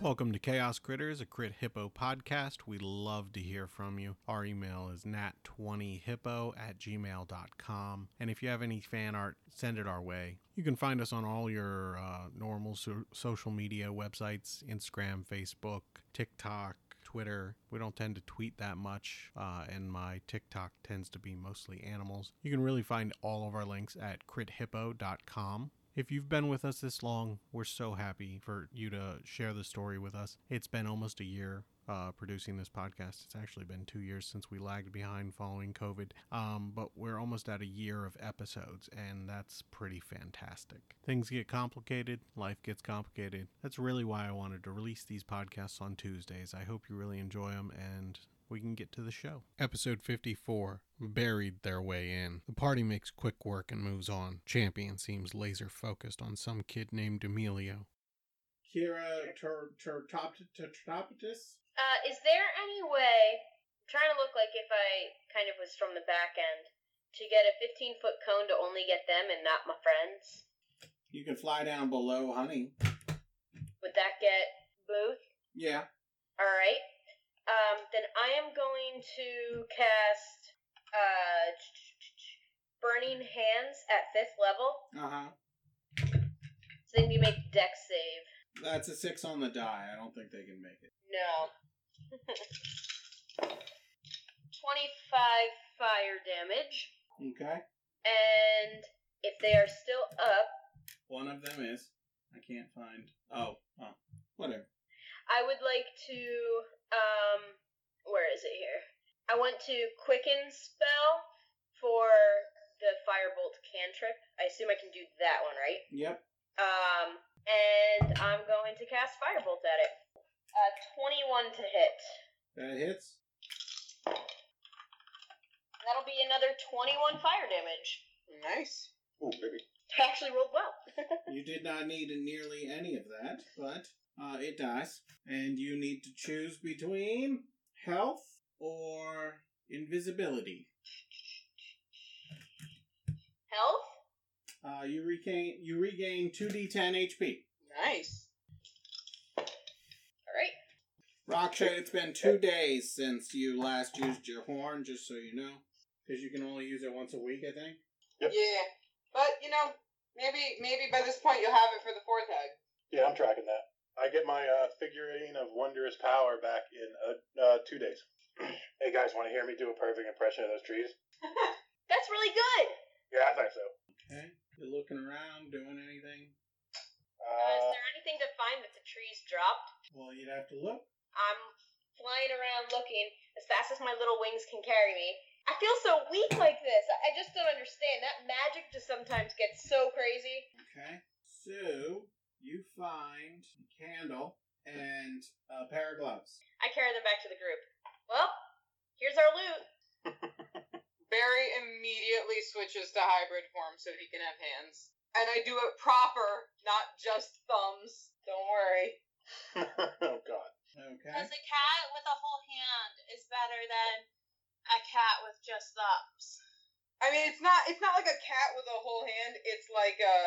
Welcome to Chaos Critters, a Crit Hippo podcast. We love to hear from you. Our email is nat20hippo at gmail.com. And if you have any fan art, send it our way. You can find us on all your uh, normal so- social media websites Instagram, Facebook, TikTok, Twitter. We don't tend to tweet that much, uh, and my TikTok tends to be mostly animals. You can really find all of our links at crithippo.com. If you've been with us this long, we're so happy for you to share the story with us. It's been almost a year uh, producing this podcast. It's actually been two years since we lagged behind following COVID, um, but we're almost at a year of episodes, and that's pretty fantastic. Things get complicated, life gets complicated. That's really why I wanted to release these podcasts on Tuesdays. I hope you really enjoy them, and we can get to the show. Episode 54 Buried Their Way In. The party makes quick work and moves on. Champion seems laser focused on some kid named Emilio. Kira Ter- Tertopt- Tertoptis? Uh, is there any way? I'm trying to look like if I kind of was from the back end to get a 15 foot cone to only get them and not my friends. You can fly down below, honey. Would that get Booth? Yeah. All right. Um, then I am going to cast uh, Burning Hands at fifth level. Uh huh. So then you make deck save. That's a six on the die. I don't think they can make it. No. 25 fire damage. Okay. And if they are still up, One of them is. I can't find. Oh, oh. Whatever. I would like to um where is it here? I want to quicken spell for the firebolt cantrip. I assume I can do that one, right? Yep. Um and I'm going to cast firebolt at it. Uh 21 to hit. That hits. That'll be another 21 fire damage. Nice. Oh, baby. I actually rolled well. You did not need nearly any of that, but uh, it dies. And you need to choose between health or invisibility. Health? Uh, you regain you regain two d10 HP. Nice. All right. Raksha, it's been two days since you last used your horn, just so you know. Because you can only use it once a week, I think. Yep. Yeah. But you know, maybe maybe by this point you'll have it for the fourth hug. Yeah, I'm tracking that. I get my uh, figurine of wondrous power back in uh, uh, two days. hey guys, want to hear me do a perfect impression of those trees? That's really good. Yeah, I think so. Okay. You're looking around, doing anything? Uh, is Uh, there anything to find that the trees dropped? Well, you'd have to look. I'm flying around looking as fast as my little wings can carry me. I feel so weak like this. I I just don't understand. That magic just sometimes gets so crazy. Okay. So, you find a candle and a pair of gloves. I carry them back to the group. Well, here's our loot. Barry immediately switches to hybrid form so he can have hands. And I do it proper, not just thumbs. Don't worry. oh god. Okay. Because a cat with a whole hand is better than a cat with just thumbs. I mean, it's not it's not like a cat with a whole hand. It's like a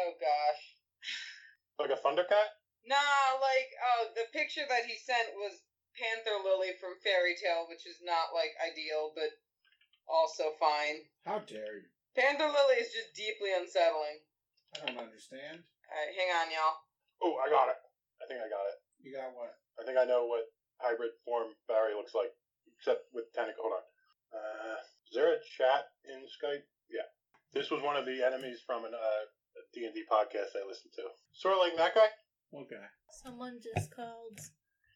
oh gosh. Like a thundercat? Nah, like oh, the picture that he sent was Panther Lily from Fairy Tale, which is not like ideal, but also fine. How dare you? Panther Lily is just deeply unsettling. I don't understand. Alright, hang on, y'all. Oh, I got it. I think I got it. You got what? I think I know what hybrid form Barry looks like, except with tentacle. Hold on. Uh, is there a chat in Skype? Yeah. This was one of the enemies from an uh, D&D podcast I listened to. Sort of like that guy. What guy? Someone just called.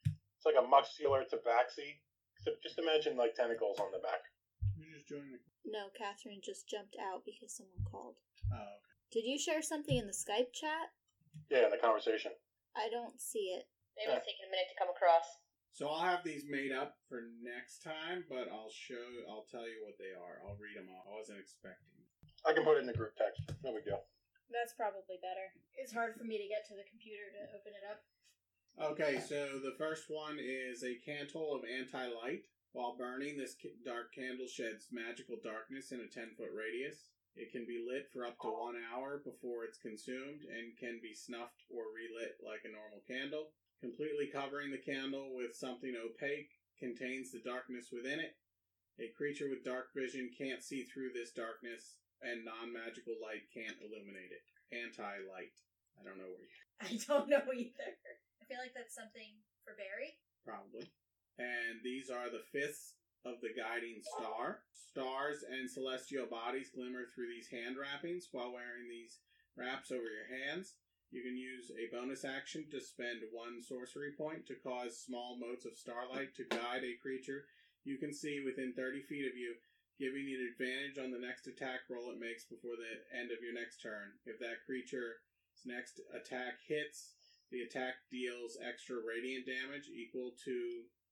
It's like a muxular tabaxi. Except just imagine like tentacles on the back. You just joined the. No, Catherine just jumped out because someone called. Oh, okay. Did you share something in the Skype chat? Yeah, in the conversation. I don't see it. Maybe it's taking a minute to come across. So I'll have these made up for next time, but I'll show, I'll tell you what they are. I'll read them all. I wasn't expecting. I can put it in the group text. No big deal. That's probably better. It's hard for me to get to the computer to open it up. Okay, so the first one is a cantle of anti light. While burning, this ca- dark candle sheds magical darkness in a 10 foot radius. It can be lit for up to one hour before it's consumed and can be snuffed or relit like a normal candle. Completely covering the candle with something opaque contains the darkness within it. A creature with dark vision can't see through this darkness, and non magical light can't illuminate it. Anti light. I don't know where you I don't know either. I feel like that's something for Barry. probably. And these are the fifths of the guiding star. Stars and celestial bodies glimmer through these hand wrappings while wearing these wraps over your hands. You can use a bonus action to spend one sorcery point to cause small motes of starlight to guide a creature you can see within 30 feet of you, giving it advantage on the next attack roll it makes before the end of your next turn. If that creature's next attack hits, the attack deals extra radiant damage equal to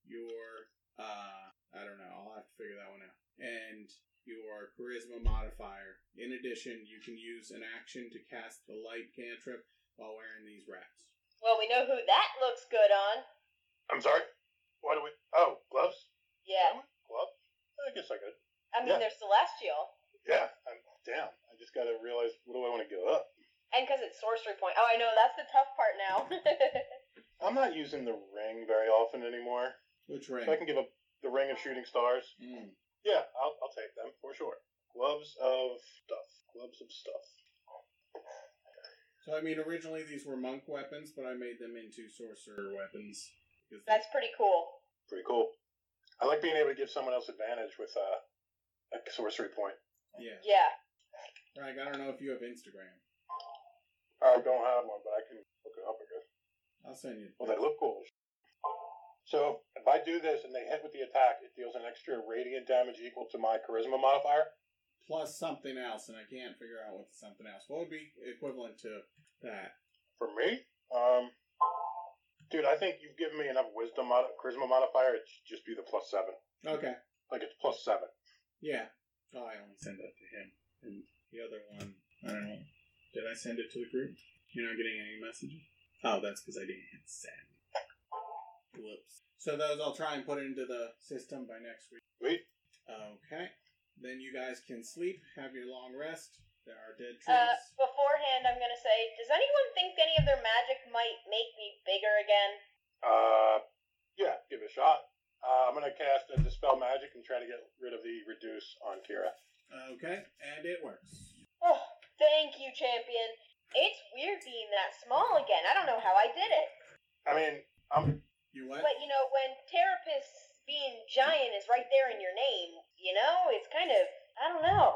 your uh I don't know, I'll have to figure that one out. And your charisma modifier. In addition, you can use an action to cast the light cantrip while wearing these wraps. Well, we know who that looks good on. I'm sorry. Why do we? Oh, gloves. Yeah. Glove. I guess I could. I mean, Yeah. they're celestial. Yeah. I'm damn. I just gotta realize what do I want to give up. And because it's sorcery point. Oh, I know. That's the tough part now. I'm not using the ring very often anymore. Which If I ring? can give up the ring of shooting stars. Mm. Yeah, I'll, I'll take them for sure. Gloves of stuff. Gloves of stuff. So I mean originally these were monk weapons, but I made them into sorcerer weapons. Because they- that's pretty cool. Pretty cool. I like being able to give someone else advantage with uh, a sorcery point. yeah. Yeah. Frank, I don't know if you have Instagram. I don't have one, but I can look it up, I guess. I'll send you. Well, they look cool. as shit. So if I do this and they hit with the attack, it deals an extra radiant damage equal to my charisma modifier. Plus something else, and I can't figure out what the something else. What would be equivalent to that? For me, um, dude, I think you've given me enough wisdom mod- charisma modifier. It should just be the plus seven. Okay. Like it's plus seven. Yeah. Oh, I only send that to him. And the other one, I don't know. Did I send it to the group? You're not getting any messages? Oh, that's because I didn't hit send. Whoops. So those I'll try and put into the system by next week. Wait, Okay. Then you guys can sleep, have your long rest. There are dead trees. Uh, beforehand, I'm gonna say, does anyone think any of their magic might make me bigger again? uh, yeah, give it a shot. Uh, I'm gonna cast a dispel magic and try to get rid of the reduce on Kira. okay, and it works. Oh, thank you, champion. It's weird being that small again. I don't know how I did it. I mean, I'm You what? But you know, when Terrapis being giant is right there in your name, you know, it's kind of I don't know.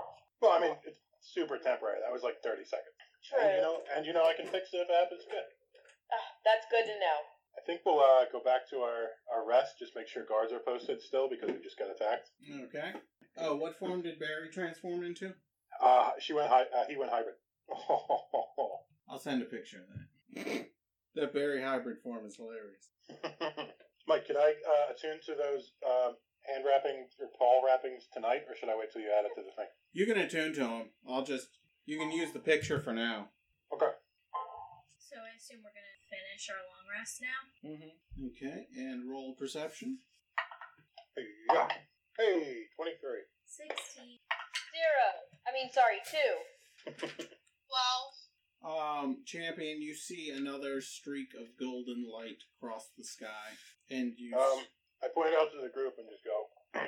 well. I mean, it's super temporary. That was like 30 seconds. And you know, and you know, I can fix it if it happens. Good. Ah, that's good to know. I think we'll uh, go back to our, our rest. Just make sure guards are posted still because we just got attacked. Okay. Oh, what form did Barry transform into? Uh, she went. Hi- uh, he went hybrid. I'll send a picture of that. that Barry hybrid form is hilarious. Mike, can I uh, attune to those um, hand wrappings or paw wrappings tonight, or should I wait till you add it to the thing? You can attune to him. I'll just. You can use the picture for now. Okay. So I assume we're gonna finish our long rest now. Mm-hmm. Okay, and roll perception. Yeah. Hey, twenty-three. Sixteen. Zero. I mean, sorry, two. Well, Um, champion, you see another streak of golden light cross the sky, and you. Um, I point out to the group and just go.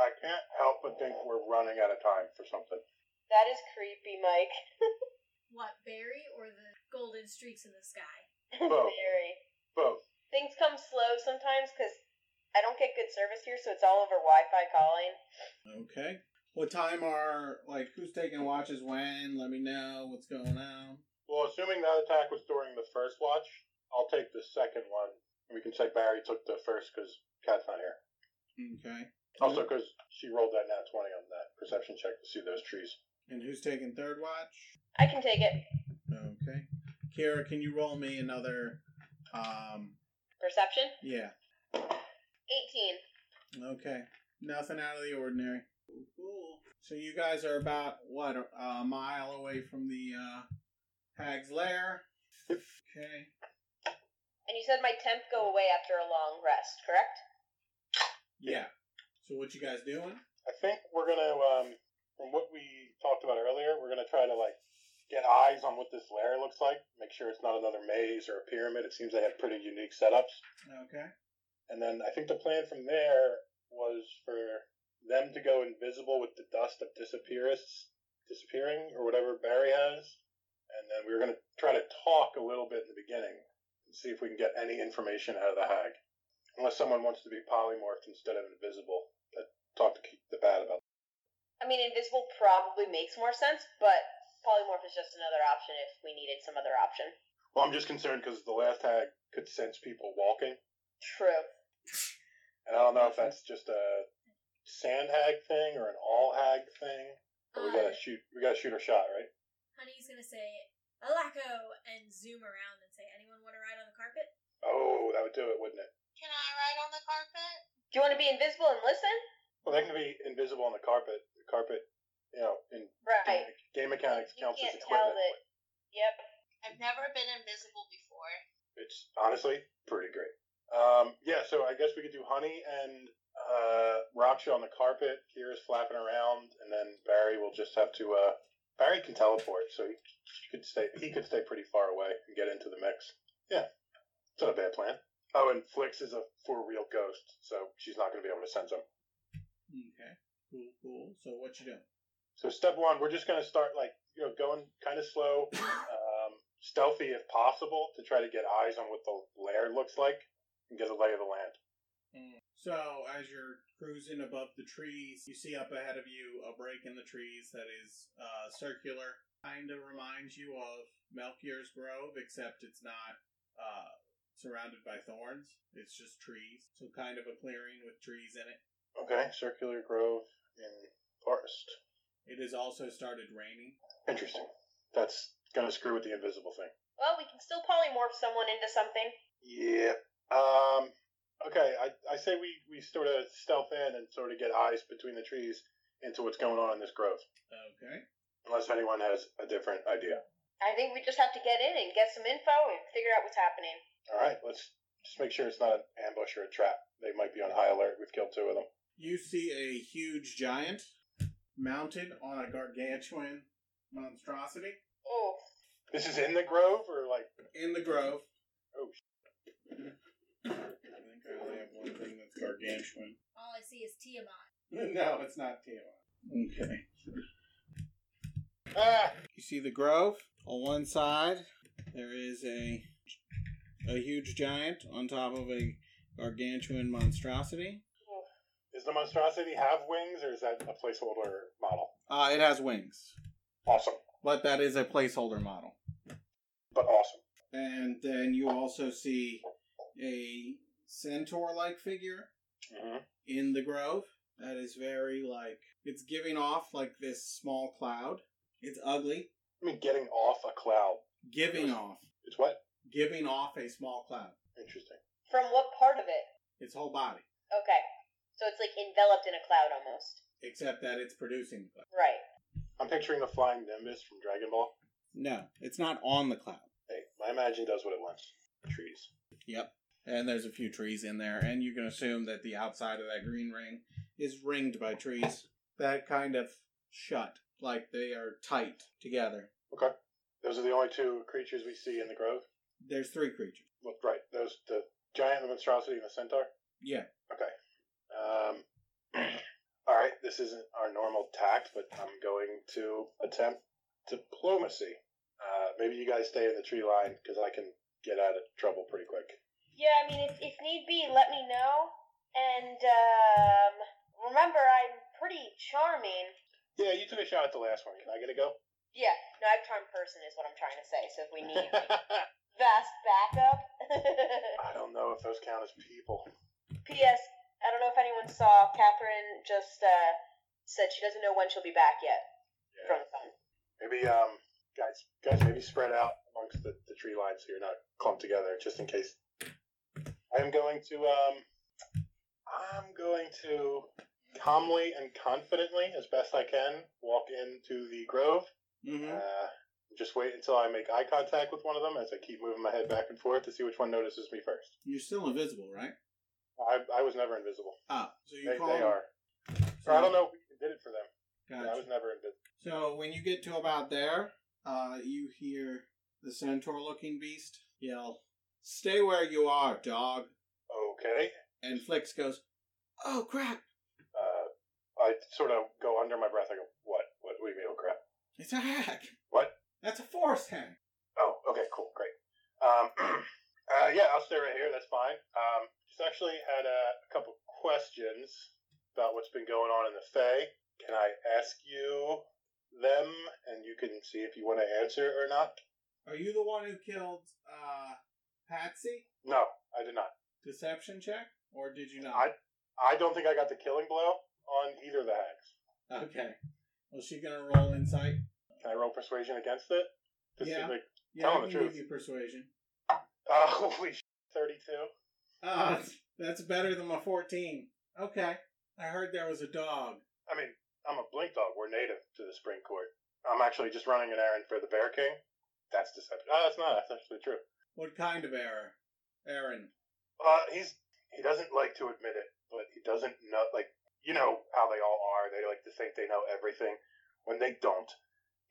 I can't help but think we're running out of time for something. That is creepy, Mike. What Barry or the golden streaks in the sky? Whoa. Very. Both. Things come slow sometimes because I don't get good service here, so it's all over Wi-Fi calling. okay. What time are like who's taking watches when? Let me know what's going on. Well, assuming that attack was during the first watch, I'll take the second one. We can say Barry took the first because Kat's not here. Okay. Also, because she rolled that nat 20 on that perception check to see those trees. And who's taking third watch? I can take it. Okay. Kira, can you roll me another? Um. Perception. Yeah. Eighteen. Okay. Nothing out of the ordinary. Cool. So you guys are about what a, a mile away from the uh, hag's lair. Okay. And you said my temp go away after a long rest, correct? Yeah. So what you guys doing? I think we're gonna, um, from what we talked about earlier, we're gonna try to like get eyes on what this lair looks like. Make sure it's not another maze or a pyramid. It seems they have pretty unique setups. Okay. And then I think the plan from there was for them to go invisible with the dust of disappearance, disappearing or whatever Barry has. And then we were going to try to talk a little bit in the beginning and see if we can get any information out of the hag. Unless someone wants to be polymorphed instead of invisible. That talk to keep the bad about. I mean, invisible probably makes more sense, but polymorph is just another option if we needed some other option. Well, I'm just concerned because the last hag could sense people walking. True. And I don't know if that's just a sand hag thing or an all hag thing. But we gotta shoot. We gotta shoot our shot, right? Honey's gonna say Alaco and zoom around and say, "Anyone want to ride on the carpet?" Oh, that would do it, wouldn't it? Can I ride on the carpet? Do you want to be invisible and listen? Well, they can be invisible on the carpet. The carpet, you know, in game, Right. game mechanics You counts as can't tell equipment. that. Yep. I've never been invisible before. It's honestly pretty great. Um, yeah, so I guess we could do Honey and uh, Raksha on the carpet. Kira's flapping around, and then Barry will just have to. Uh, Barry can teleport, so he could stay. He could stay pretty far away and get into the mix. Yeah, it's not a bad plan. Oh, and Flix is a for real ghost, so she's not going to be able to sense him. Okay. Cool. Cool. So what you doing? So step one, we're just going to start like you know going kind of slow, um, stealthy if possible, to try to get eyes on what the lair looks like and get a lay of the land. So as you're cruising above the trees, you see up ahead of you a break in the trees that is uh, circular. Kind of reminds you of Melchior's Grove, except it's not uh, surrounded by thorns. It's just trees. So kind of a clearing with trees in it. Okay, circular grove in forest. It has also started raining. Interesting. That's gonna screw with the invisible thing. Well, we can still polymorph someone into something. Yeah. Um. Okay. I I say we we sort of stealth in and sort of get eyes between the trees into what's going on in this grove. Okay. Unless anyone has a different idea. I think we just have to get in and get some info and figure out what's happening. All right. Let's just make sure it's not an ambush or a trap. They might be on high alert. We've killed two of them. You see a huge giant mounted on a gargantuan monstrosity Oh, This is in the grove or like in the grove. Oh, I think I only have one thing that's gargantuan. All I see is Tiamat. no, it's not Tiamat. Okay. ah. You see the grove on one side. There is a a huge giant on top of a gargantuan monstrosity. Does the monstrosity have wings or is that a placeholder model? Uh, it has wings, Awesome, but that is a placeholder model. but awesome. And then you also see a centaur-like figure Mm-hmm. in the grove that is very like it's giving off like this small cloud. It's ugly, I mean, getting off a cloud. giving off, It's what? giving off a small cloud. Interesting. from what part of it? Its whole body, Okay. So it's like enveloped in a cloud almost. except that it's producing the cloud. Right. I'm picturing the flying nimbus from Dragon Ball. No, it's not on the cloud. Hey, my imagination does what it wants. Trees. Yep. And there's a few trees in there, and you can assume that the outside of that green ring is ringed by trees that kind of shut, like they are tight together. Those are the only two creatures we see in the grove. There's three creatures. Well, right. Those the giant, the monstrosity, and the centaur. Yeah. Okay. Um. all right. This isn't our normal tact, but I'm going to attempt diplomacy. Uh, maybe you guys stay in the tree line because I can get out of trouble pretty quick. Yeah, I mean, if, if need be, let me know. And um, remember, I'm pretty charming. Yeah, you took a shot at the last one. Can I get a go? Yeah, no, I'm a charmed person, is what I'm trying to say. So if we need vast backup. I don't know if those count as people. P.S. I don't know if anyone saw. Catherine just uh, said she doesn't know when she'll be back yet from the phone. Maybe um guys guys maybe spread out amongst the, the tree line so you're not clumped together just in case. I'm going to um I'm going to calmly and confidently, as best I can, walk into the grove. Mm-hmm. Uh, just wait until I make eye contact with one of them as I keep moving my head back and forth to see which one notices me first. You're still invisible, right? I, I was never invisible. Ah, so you They, call. they are. So, Or I don't know if we did it for them. Gotcha. I was never invisible. So when you get to about there, uh, you hear the centaur-looking beast yell, "Stay where you are, dog!" Okay. And Flix goes, "Oh crap! Uh, I sort of go under my breath. I go, what? What? What do you mean, oh, crap? It's a hack." What? That's a forest hack. Oh, okay, cool, great. Um, uh, yeah, I'll stay right here. That's fine. Um, just actually had a, a couple questions about what's been going on in the Fae. Can I ask you them, and you can see if you want to answer or not? Are you the one who killed uh, Patsy? No, I did not. Deception check, or did you not? I I don't think I got the killing blow on either of the hags. Okay. Well, she gonna roll insight. Can I roll persuasion against it? To see, Yeah. like, Yeah, Tell I the can truth. give you persuasion. uh, holy sh- thirty-two. Ah, that's better than my fourteen. Okay. I heard there was a dog. I mean, I'm a blink dog. We're native to the Spring Court. I'm actually just running an errand for the Bear King. That's deception. Oh, that's not. That's actually true. What kind of error? Aaron. Uh, he's he doesn't like to admit it, but he doesn't know. Like you know how they all are. They like to think they know everything when they don't.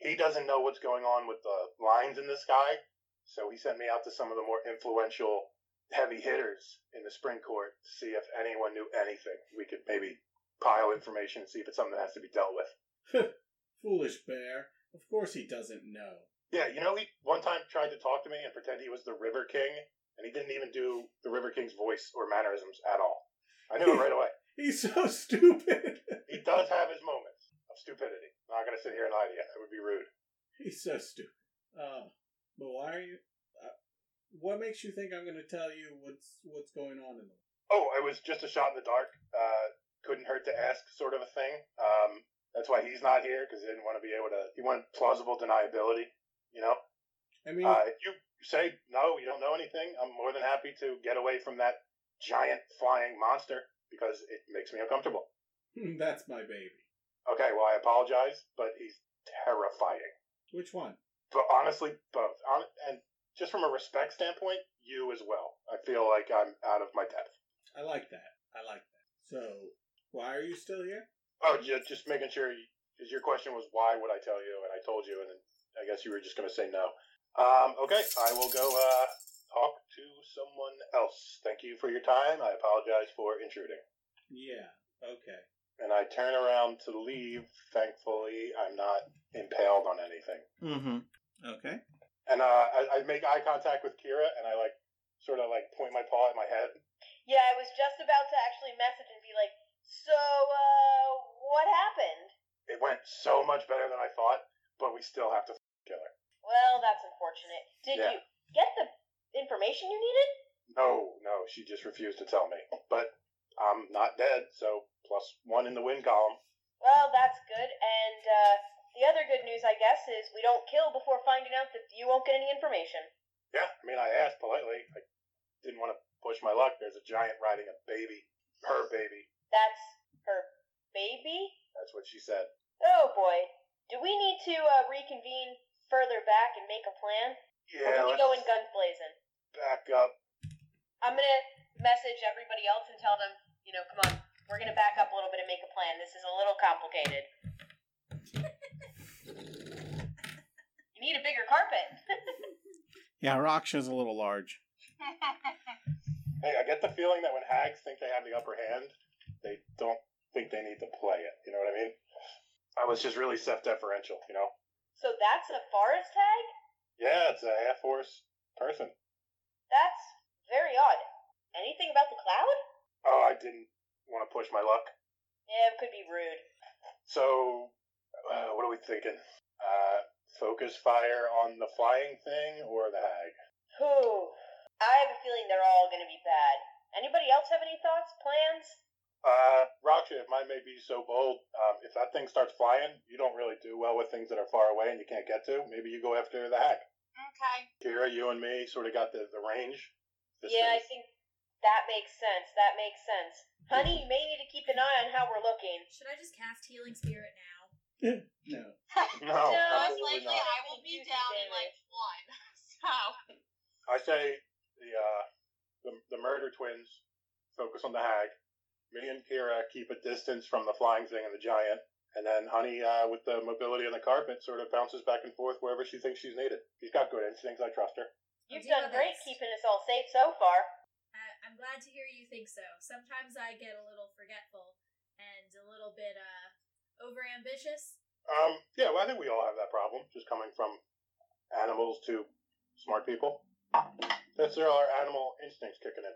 He doesn't know what's going on with the lines in the sky, so he sent me out to some of the more influential heavy hitters in the Spring Court to see if anyone knew anything. We could maybe pile information and see if it's something that has to be dealt with. Foolish bear. Of course he doesn't know. Yeah, you know, he one time tried to talk to me and pretend he was the River King, and he didn't even do the River King's voice or mannerisms at all. I knew it right away. He's so stupid. He does have his moments of stupidity. I'm not going to sit here and lie to you. That would be rude. He's so stupid. Uh, but why are you? Uh, what makes you think I'm gonna tell you what's what's going on in the Oh, it was just a shot in the dark. Uh, couldn't hurt to ask, sort of a thing. Um, that's why he's not here because he didn't want to be able to. He wanted plausible deniability. You know, I mean, uh, if you say no, you don't know anything. I'm more than happy to get away from that giant flying monster because it makes me uncomfortable. that's my baby. Okay, well, I apologize, but he's terrifying. Which one? But honestly, both. Hon and just from a respect standpoint, you as well. I feel like I'm out of my depth. I like that. I like that. So, why are you still here? Oh, ju- just making sure, because your question was, why would I tell you? And I told you, and then I guess you were just going to say no. Um, okay, I will go uh, talk to someone else. Thank you for your time. I apologize for intruding. Yeah. Okay. And I turn around to leave. Thankfully, I'm not impaled on anything. Mm-hmm. Okay. And uh, I, I make eye contact with Kira, and I like sort of like point my paw at my head. Yeah, I was just about to actually message and be like, so, uh, what happened? It went so much better than I thought, but we still have to f- kill her. Well, that's unfortunate. Did Yeah. you get the information you needed? No, no, she just refused to tell me. But I'm not dead, so plus one in the win column. Well, that's good. And, uh, the other good news, I guess, is we don't kill before finding out that you won't get any information. Yeah, I mean, I asked politely. I didn't want to push my luck. There's a giant riding a baby, her baby. That's her baby? That's what she said. Oh boy. Do we need to uh, reconvene further back and make a plan? Yeah, or do we let's go in guns blazing? back up. I'm gonna message everybody else and tell them, you know, come on, we're gonna back up a little bit and make a plan. This is a little complicated. you need a bigger carpet. Yeah, Raksha's a little large. Hey, I get the feeling that when hags think they have the upper hand, they don't think they need to play it. You know what I mean? I was just really self deferential, you know? so that's a forest tag? Yeah, it's a half horse person. That's very odd. Anything about the cloud? Oh, I didn't want to push my luck. Yeah, it could be rude. So, uh, what are we thinking? Uh, focus fire on the flying thing or the hag? Whew. I have a feeling they're all gonna be bad. Anybody else have any thoughts, plans? Uh, Raksha, if mine may be so bold, um, if that thing starts flying, you don't really do well with things that are far away and you can't get to. Maybe you go after the hag. Okay. Kira, you and me sort of got the, the range. This yeah, I thing- think That makes sense. That makes sense. Honey, you may need to keep an eye on how we're looking. Should I just cast Healing Spirit now? No. No, Most absolutely likely, not. I will be down in like one. So I say the uh, the, the murder twins focus on the hag. Me and Kira keep a distance from the flying thing and the giant, and then Honey, uh, with the mobility and the carpet, sort of bounces back and forth wherever she thinks she's needed. She's got good instincts. I trust her. You've I'll do my done great best. keeping us all safe so far. Uh, I'm glad to hear you think so. Sometimes I get a little forgetful and a little bit uh overambitious. Um, yeah, well, I think we all have that problem, just coming from animals to smart people. That's where our animal instincts kicking in.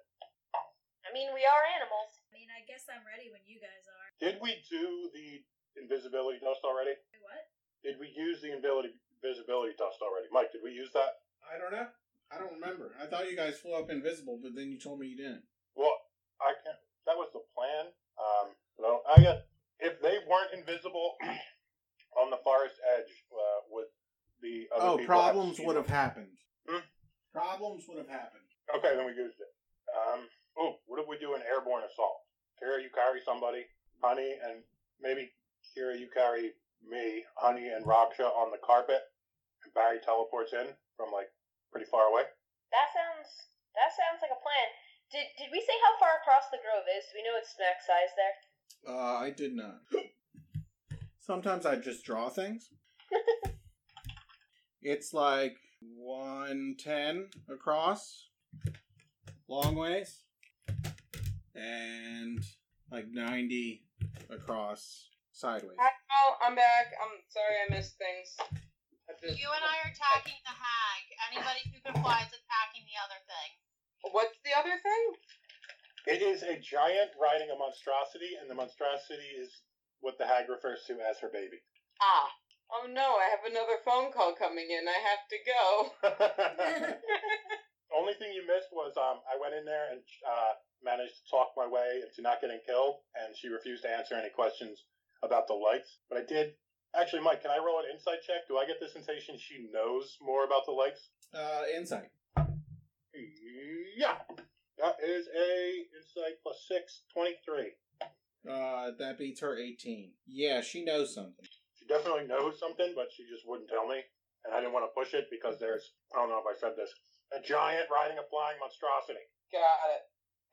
I mean, we are animals. I mean, I guess I'm ready when you guys are. Did we do the invisibility dust already? Wait, What? Did we use the invisibility visibility dust already? Mike, did we use that? I don't know. I don't remember. I thought you guys flew up invisible, but then you told me you didn't. Well, I can't. That was the plan. Um, but I, don't- I guess if they weren't invisible on the forest edge, uh, would the other Oh, people problems seen would have them? happened. Hmm? Problems would have happened. Okay, then we used it. Um, oh, what if we do an airborne assault? Kara, you carry somebody, Honey, and maybe Kira, you carry me, Honey, and Raksha on the carpet, and Barry teleports in from like pretty far away. That sounds that sounds like a plan. Did did we say how far across the grove is? Do we know it's snack size there? Uh, I did not. Sometimes I just draw things. it's like 110 across, long ways, and like 90 across sideways. Oh, I'm back. I'm sorry I missed things. I just- you and I are attacking the hag. Anybody who can fly is attacking the other thing. What's the other thing? It is a giant riding a monstrosity, and the monstrosity is what the hag refers to as her baby. Ah. Oh no, I have another phone call coming in. I have to go. Only thing you missed was um, I went in there and uh, managed to talk my way into not getting killed, and she refused to answer any questions about the lights. But I did. Actually, Mike, can I roll an insight check? Do I get the sensation she knows more about the lights? Uh, insight. Yeah. That is a insight plus six, 23. Uh, that beats her 18. Yeah, she knows something. She definitely knows something, but she just wouldn't tell me. And I didn't want to push it because there's, I don't know if I said this, a giant riding a flying monstrosity. Got it.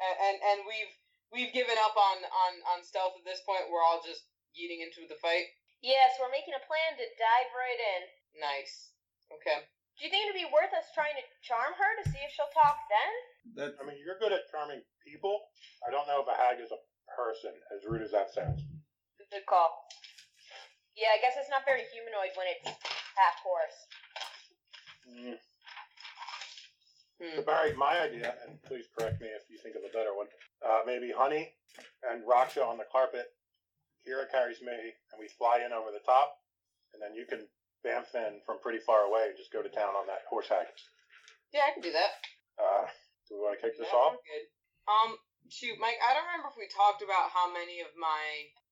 And and, and we've we've given up on, on, on stealth at this point. We're all just yeeting into the fight. Yes, we're making a plan to dive right in. Nice. Okay. Do you think it'd be worth us trying to charm her to see if she'll talk then? That I mean, you're good at charming people. I don't know if a hag is a person, as rude as that sounds. Good call. Yeah, I guess it's not very humanoid when it's half horse. Mm. Hmm. So Barry, my idea, and please correct me if you think of a better one. Uh, maybe Honey and Raksha on the carpet. Kira carries me, and we fly in over the top, and then you can bamf in from pretty far away and just go to town on that horse hag. Yeah, I can do that. Uh, do we want to kick this Yeah, off? we're Good. Um, shoot, Mike, I don't remember if we talked about how many of my.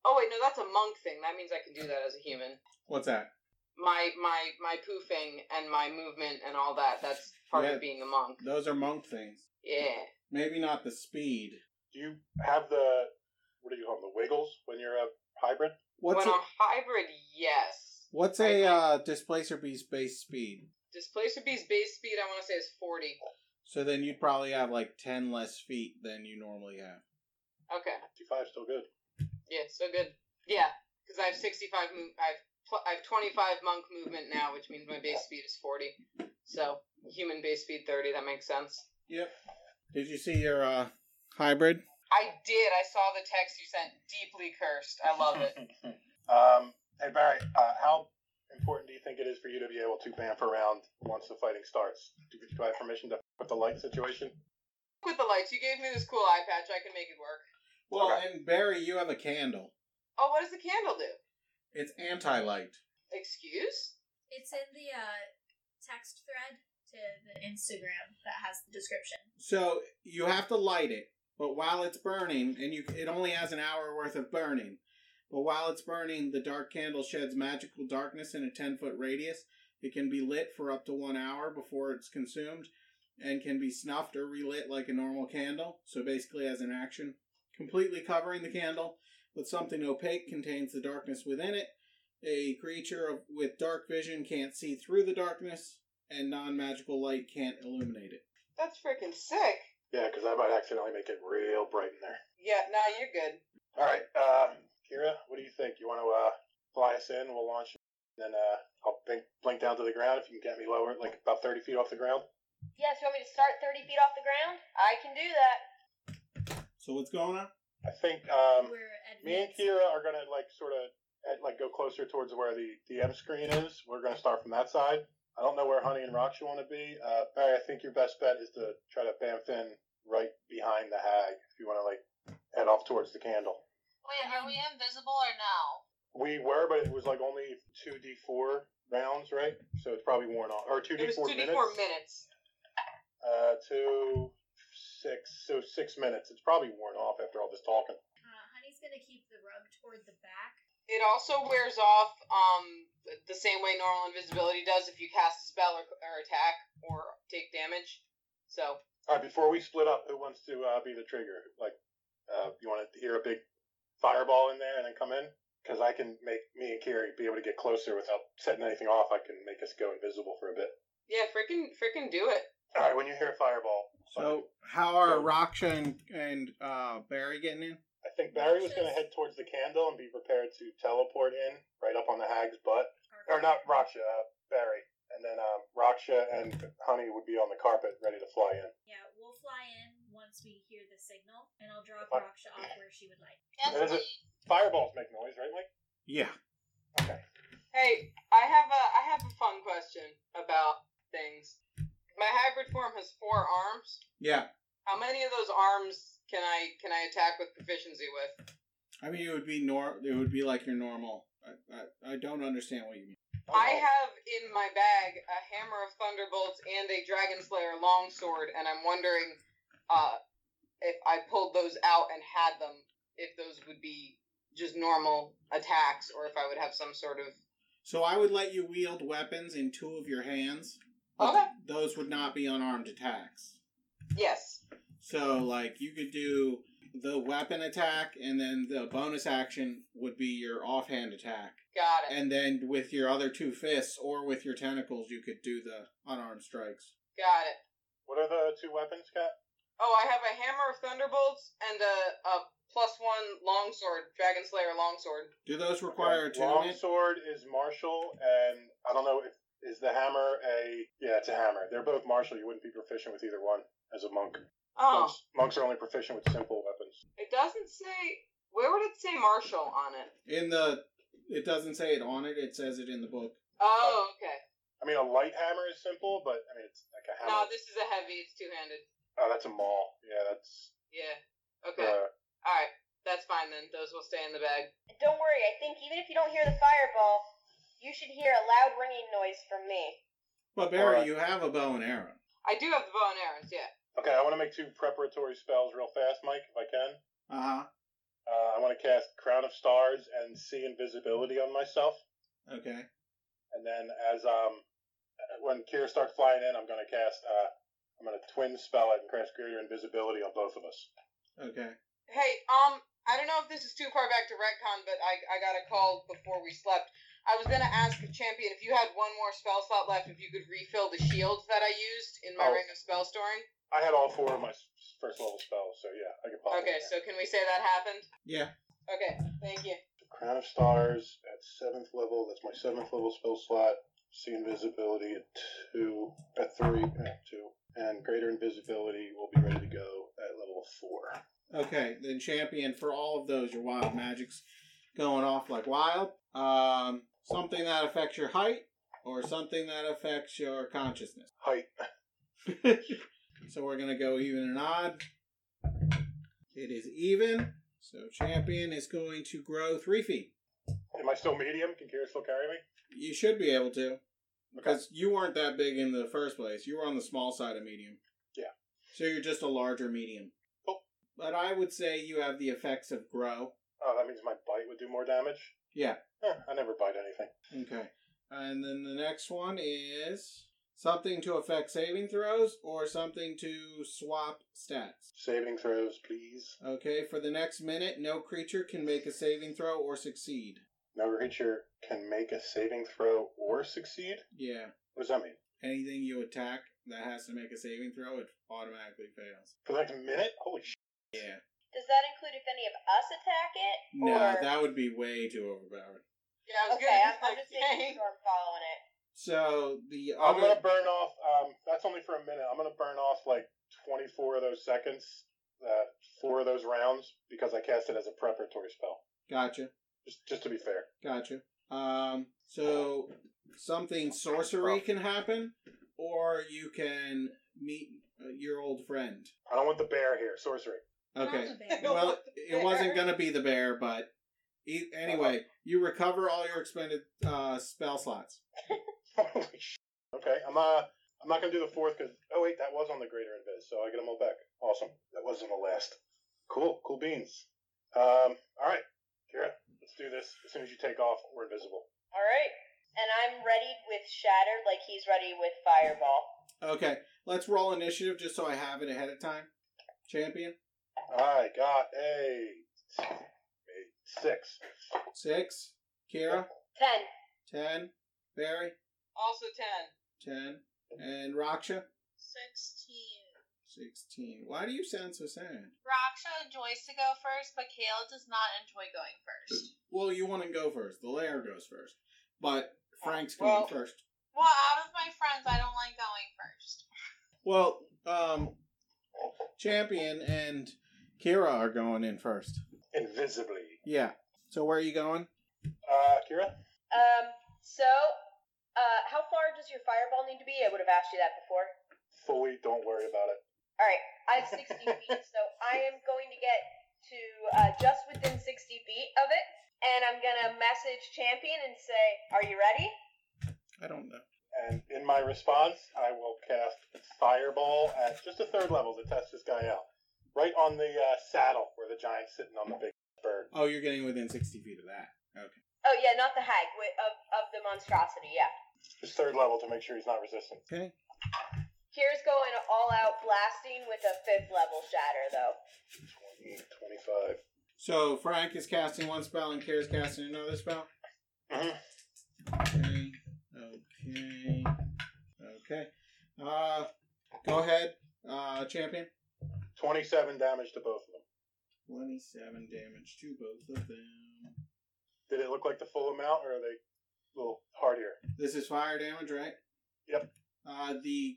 Oh wait, no, that's a monk thing. That means I can do that as a human. what's that? My my my poofing and my movement and all that. That's part Yeah. of being a monk. Those are monk things. Yeah. Maybe not the speed. Do you have the what do you call them, the wiggles when you're a hybrid? What's when a, I'm hybrid, yes. what's a uh, displacer beast base speed? Displacer B's base speed, I want to say, is 40. So then you'd probably have like ten less feet than you normally have. Okay. Fifty five still good. Yeah, so good. Yeah, because I have 65 move. I've pl- I have 25 monk movement now, which means my base speed is 40. So human base speed 30. That makes sense. Yep. Did you see your uh, hybrid? I did. I saw the text you sent. Deeply cursed. I love it. um, hey Barry, uh, how important do you think it is for you to be able to bamf around once the fighting starts? Do, do I have permission to with the light situation? With the lights, you gave me this cool eye patch. I can make it work. Well, and Barry, you have a candle. Oh, what does the candle do? It's anti light. Excuse? It's in the uh, text thread to the Instagram that has the description. So you have to light it, but while it's burning, and you it only has an hour worth of burning, but while it's burning, the dark candle sheds magical darkness in a ten foot radius. It can be lit for up to one hour before it's consumed. and can be snuffed or relit like a normal candle, so basically as an action. Completely covering the candle with something opaque contains the darkness within it. A creature of- with dark vision can't see through the darkness, and non magical light can't illuminate it. That's freaking sick. Yeah, because I might accidentally make it real bright in there. Yeah, nah, you're good. All right, um, Kira, what do you think? You want to uh, fly us in? We'll launch, and then uh, I'll blink, blink down to the ground if you can get me lower, like about thirty feet off the ground. Yes, you want me to start 30 feet off the ground? I can do that. So, what's going on? I think um, We're me and advanced. Kira are gonna like sort of like go closer towards where the DM screen is. We're gonna start from that side. I don't know where Honey and Rox you want to be. Uh, Barry, I think your best bet is to try to bamfin right behind the hag if you want to like head off towards the candle. Wait, are we invisible or no? We were, but it was like only two D four rounds, right? So it's probably worn off or two It D was four 2d4 minutes. minutes. Uh, two six, so six minutes. It's probably worn off after all this talking. Uh, honey's gonna keep the rug toward the back. It also wears off um, the same way normal invisibility does if you cast a spell or, or attack or take damage. So, All right, before we split up, who wants to uh, be the trigger? Like, uh, you want to hear a big fireball in there and then come in? Because I can make me and Carrie be able to get closer without setting anything off. I can make us go invisible for a bit. yeah, freaking freaking do it. All right, when you hear a fireball, So, how are Raksha and, and uh, Barry getting in? I think Barry was going to head towards the candle and be prepared to teleport in right up on the hag's butt. Or not Raksha, uh, Barry. And then um, Raksha and Honey would be on the carpet ready to fly in. Yeah, we'll fly in once we hear the signal, and I'll drop Fuck. Raksha off where she would like. Yes, What is it? please. Fireballs make noise, right, Mike? Yeah. Okay. Hey, I have a I have a fun question about things. My hybrid form has four arms. Yeah. How many of those arms can I can I attack with proficiency with? I mean, it would be nor. It would be like your normal. I, I, I don't understand what you mean. Oh, I have in my bag a hammer of thunderbolts and a dragon slayer longsword, and I'm wondering uh, if I pulled those out and had them, if those would be just normal attacks, or if I would have some sort of So I would let you wield weapons in two of your hands. but Okay. Those would not be unarmed attacks. yes. So like you could do the weapon attack, and then the bonus action would be your offhand attack, Got it. and then with your other two fists or with your tentacles, you could do the unarmed strikes. Got it. What are the two weapons, Kat? Oh, I have a hammer of thunderbolts and a, a plus one longsword, dragon slayer longsword. Do those require Okay, attunement? Longsword is martial, and I don't know if is the hammer a yeah, it's a hammer. They're both martial. You wouldn't be proficient with either one as a monk. Oh, Monks, monks are only proficient with simple weapons. it doesn't say. Where would it say martial on it? In the, it doesn't say it on it. It says it in the book. Oh, okay. I mean, a light hammer is simple, but I mean, it's like a No, hammer. this is a heavy. It's two handed. oh, that's a maul. Yeah, that's Yeah. Okay. uh, All right. That's fine then. Those will stay in the bag. And Don't worry, I think even if you don't hear the fireball, you should hear a loud ringing noise from me. But Barry, Alright. you have a bow and arrow. I do have the bow and arrows. Yeah. okay. I want to make two preparatory spells real fast, Mike, if I can. Uh huh. Uh, I want to cast Crown of Stars and see invisibility on myself. Okay. And then as um when Kira starts flying in, I'm gonna cast uh I'm gonna twin spell it and cast greater invisibility on both of us. Okay. Hey, um, I don't know if this is too far back to retcon, but I I got a call before we slept. I was gonna ask the champion if you had one more spell slot left, if you could refill the shields that I used in my Oh. ring of spell storing. I had all four of my s- first level spells, so Oh, yeah, I can pop. it in Okay, there. so can we say that happened? Yeah. Okay, thank you. Crown of Stars at seventh level. That's my seventh level spell slot. See invisibility at two, at three, at two, and greater invisibility will be ready to go at level four. Okay. Then champion for all of those, your wild magics going off like wild. Um, something that affects your height or something that affects your consciousness. Height. so we're gonna go even and odd. It is even. So champion is going to grow three feet. Am I still medium? Can Kira still carry me? You should be able to. Because you weren't that big in the first place. You were on the small side of medium. Yeah. So you're just a larger medium. Cool. But I would say you have the effects of grow. Oh, that means my bite would do more damage. Eh, Yeah. Huh, I never bite anything. Okay. And then the next one is Something to affect saving throws or something to swap stats. Saving throws, please. Okay, for the next minute, no creature can make a saving throw or succeed. No creature can make a saving throw or succeed. Yeah. What does that mean? Anything you attack that has to make a saving throw, it automatically fails. For like a minute? Holy sh! Yeah. Does that include if any of us attack it? No, or... that would be way too overpowered. Yeah, I was Okay, gonna I'm, I'm be just like, making sure I'm following it. So the I'm other gonna burn off. Um, that's only for a minute. I'm gonna burn off like 24 of those seconds, uh, four of those rounds, because I cast it as a preparatory spell. gotcha, Just, just to be fair. gotcha. Um, so something sorcery can happen, or you can meet uh, your old friend. I don't want the bear here. Sorcery. Okay. Not the bear. Well, it wasn't gonna be the bear, but e- anyway, Uh-huh. you recover all your expended uh, spell slots. Holy sh! Okay, I'm uh, I'm not gonna do the fourth because oh wait, that was on the greater invis, so I get them all back. Awesome. That wasn't the last. Cool, cool beans. Um, all right, Kira, let's do this. As soon as you take off, we're invisible. All right. And I'm ready with Shatter, like he's ready with Fireball. Okay, let's roll initiative just so I have it ahead of time. Champion I got a, a six. six, Kira Ten. ten, Barry Also ten. 10. And Raksha, 16. 16. Why do you sound so sad? Raksha enjoys to go first, but Kayla does not enjoy going first. Well, you want to go first. The lair goes first. But Frank's going Well- first. Well, out of my friends, I don't like going first. Well, um, Champion and Kira are going in first. Invisibly. Yeah. So where are you going? Uh, Kira, Um, so, uh, how far does your Fireball need to be? I would have asked you that before. fully. Don't worry about it. All right. I have 60 feet, so I am going to get to uh, just within 60 feet of it. And I'm going to message Champion and say, Are you ready? I don't know. And in my response, I will cast Fireball at just a third level to test this guy out. Right on the uh, saddle where the giant's sitting on the big bird. Oh, you're getting within 60 feet of that. Okay. Oh, yeah, not the hag, wi- of, of the monstrosity, yeah. Just third level to make sure he's not resistant. Okay. Here's going all out blasting with a fifth level shatter, though. 20, 25. So Frank is casting one spell and Kira's casting another spell. Mhm. Okay. Okay. Okay. Uh, go ahead, uh, Champion. 27 damage to both of them. 27 damage to both of them. Did it look like the full amount, or are they a little hardier? This is fire damage, right? Yep. Uh, the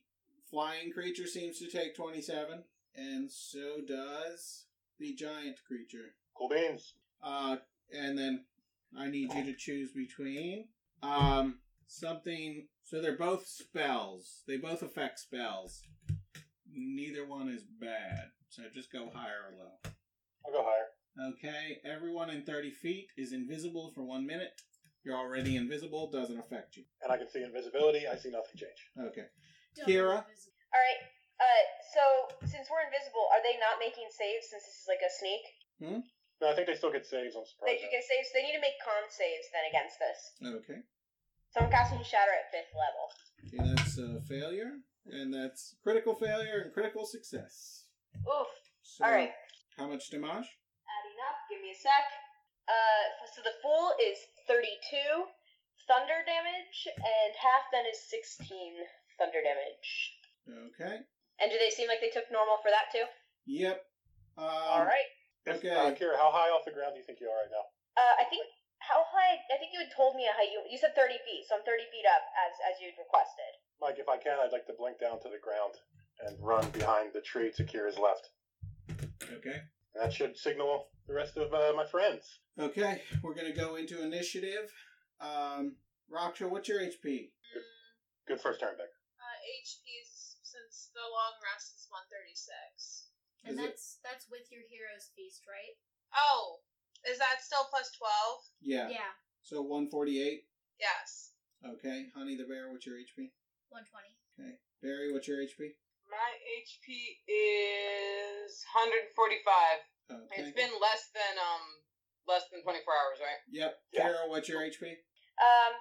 flying creature seems to take 27, and so does the giant creature. Cool beans. Uh, and then I need you to choose between um, something. So they're both spells, they both affect spells. Neither one is bad, so just go higher or low. I'll go higher. Okay, everyone in 30 feet is invisible for one minute. You're already invisible, doesn't affect you. And I can see invisibility. I see nothing change. Okay. Double Kira? invisible. All right. Uh, so since we're invisible, are they not making saves since this is like a sneak? No, I think they still get saves on surprise. They do get saves. They need to make con saves then against this. Okay. So I'm casting Shatter at fifth level. Okay, that's a failure, and that's critical failure and critical success. Oof. So, All right. How much damage? Adding up. Give me a sec. Uh, so the full is 32 thunder damage, and half then is 16 thunder damage. Okay. And do they seem like they took normal for that too? Yep. Um, All right. If- Okay. Uh, Kira, how high off the ground do you think you are right now? Uh, I think how high? I think you had told me a height. You, you said 30 feet, so I'm 30 feet up as as you'd requested. Mike, if I can, I'd like to blink down to the ground and run behind the tree to Kira's left. Okay. And that should signal the rest of uh, my friends. Okay, we're going to go into initiative. Um, Raksha, what's your HP? Mm, Good first turn, Beck. uh, HP's, since the long rest is 136. Is And it- that's that's with your hero's feast, right? Oh, is that still plus 12? Yeah. Yeah, So 148. Yes. Okay. Honey the Bear, what's your HP? 120. Okay. Barry, what's your HP? My HP is 145. Okay. It's been less than um less than 24 hours, right? Yep. Yeah. Kara, what's your HP? Um,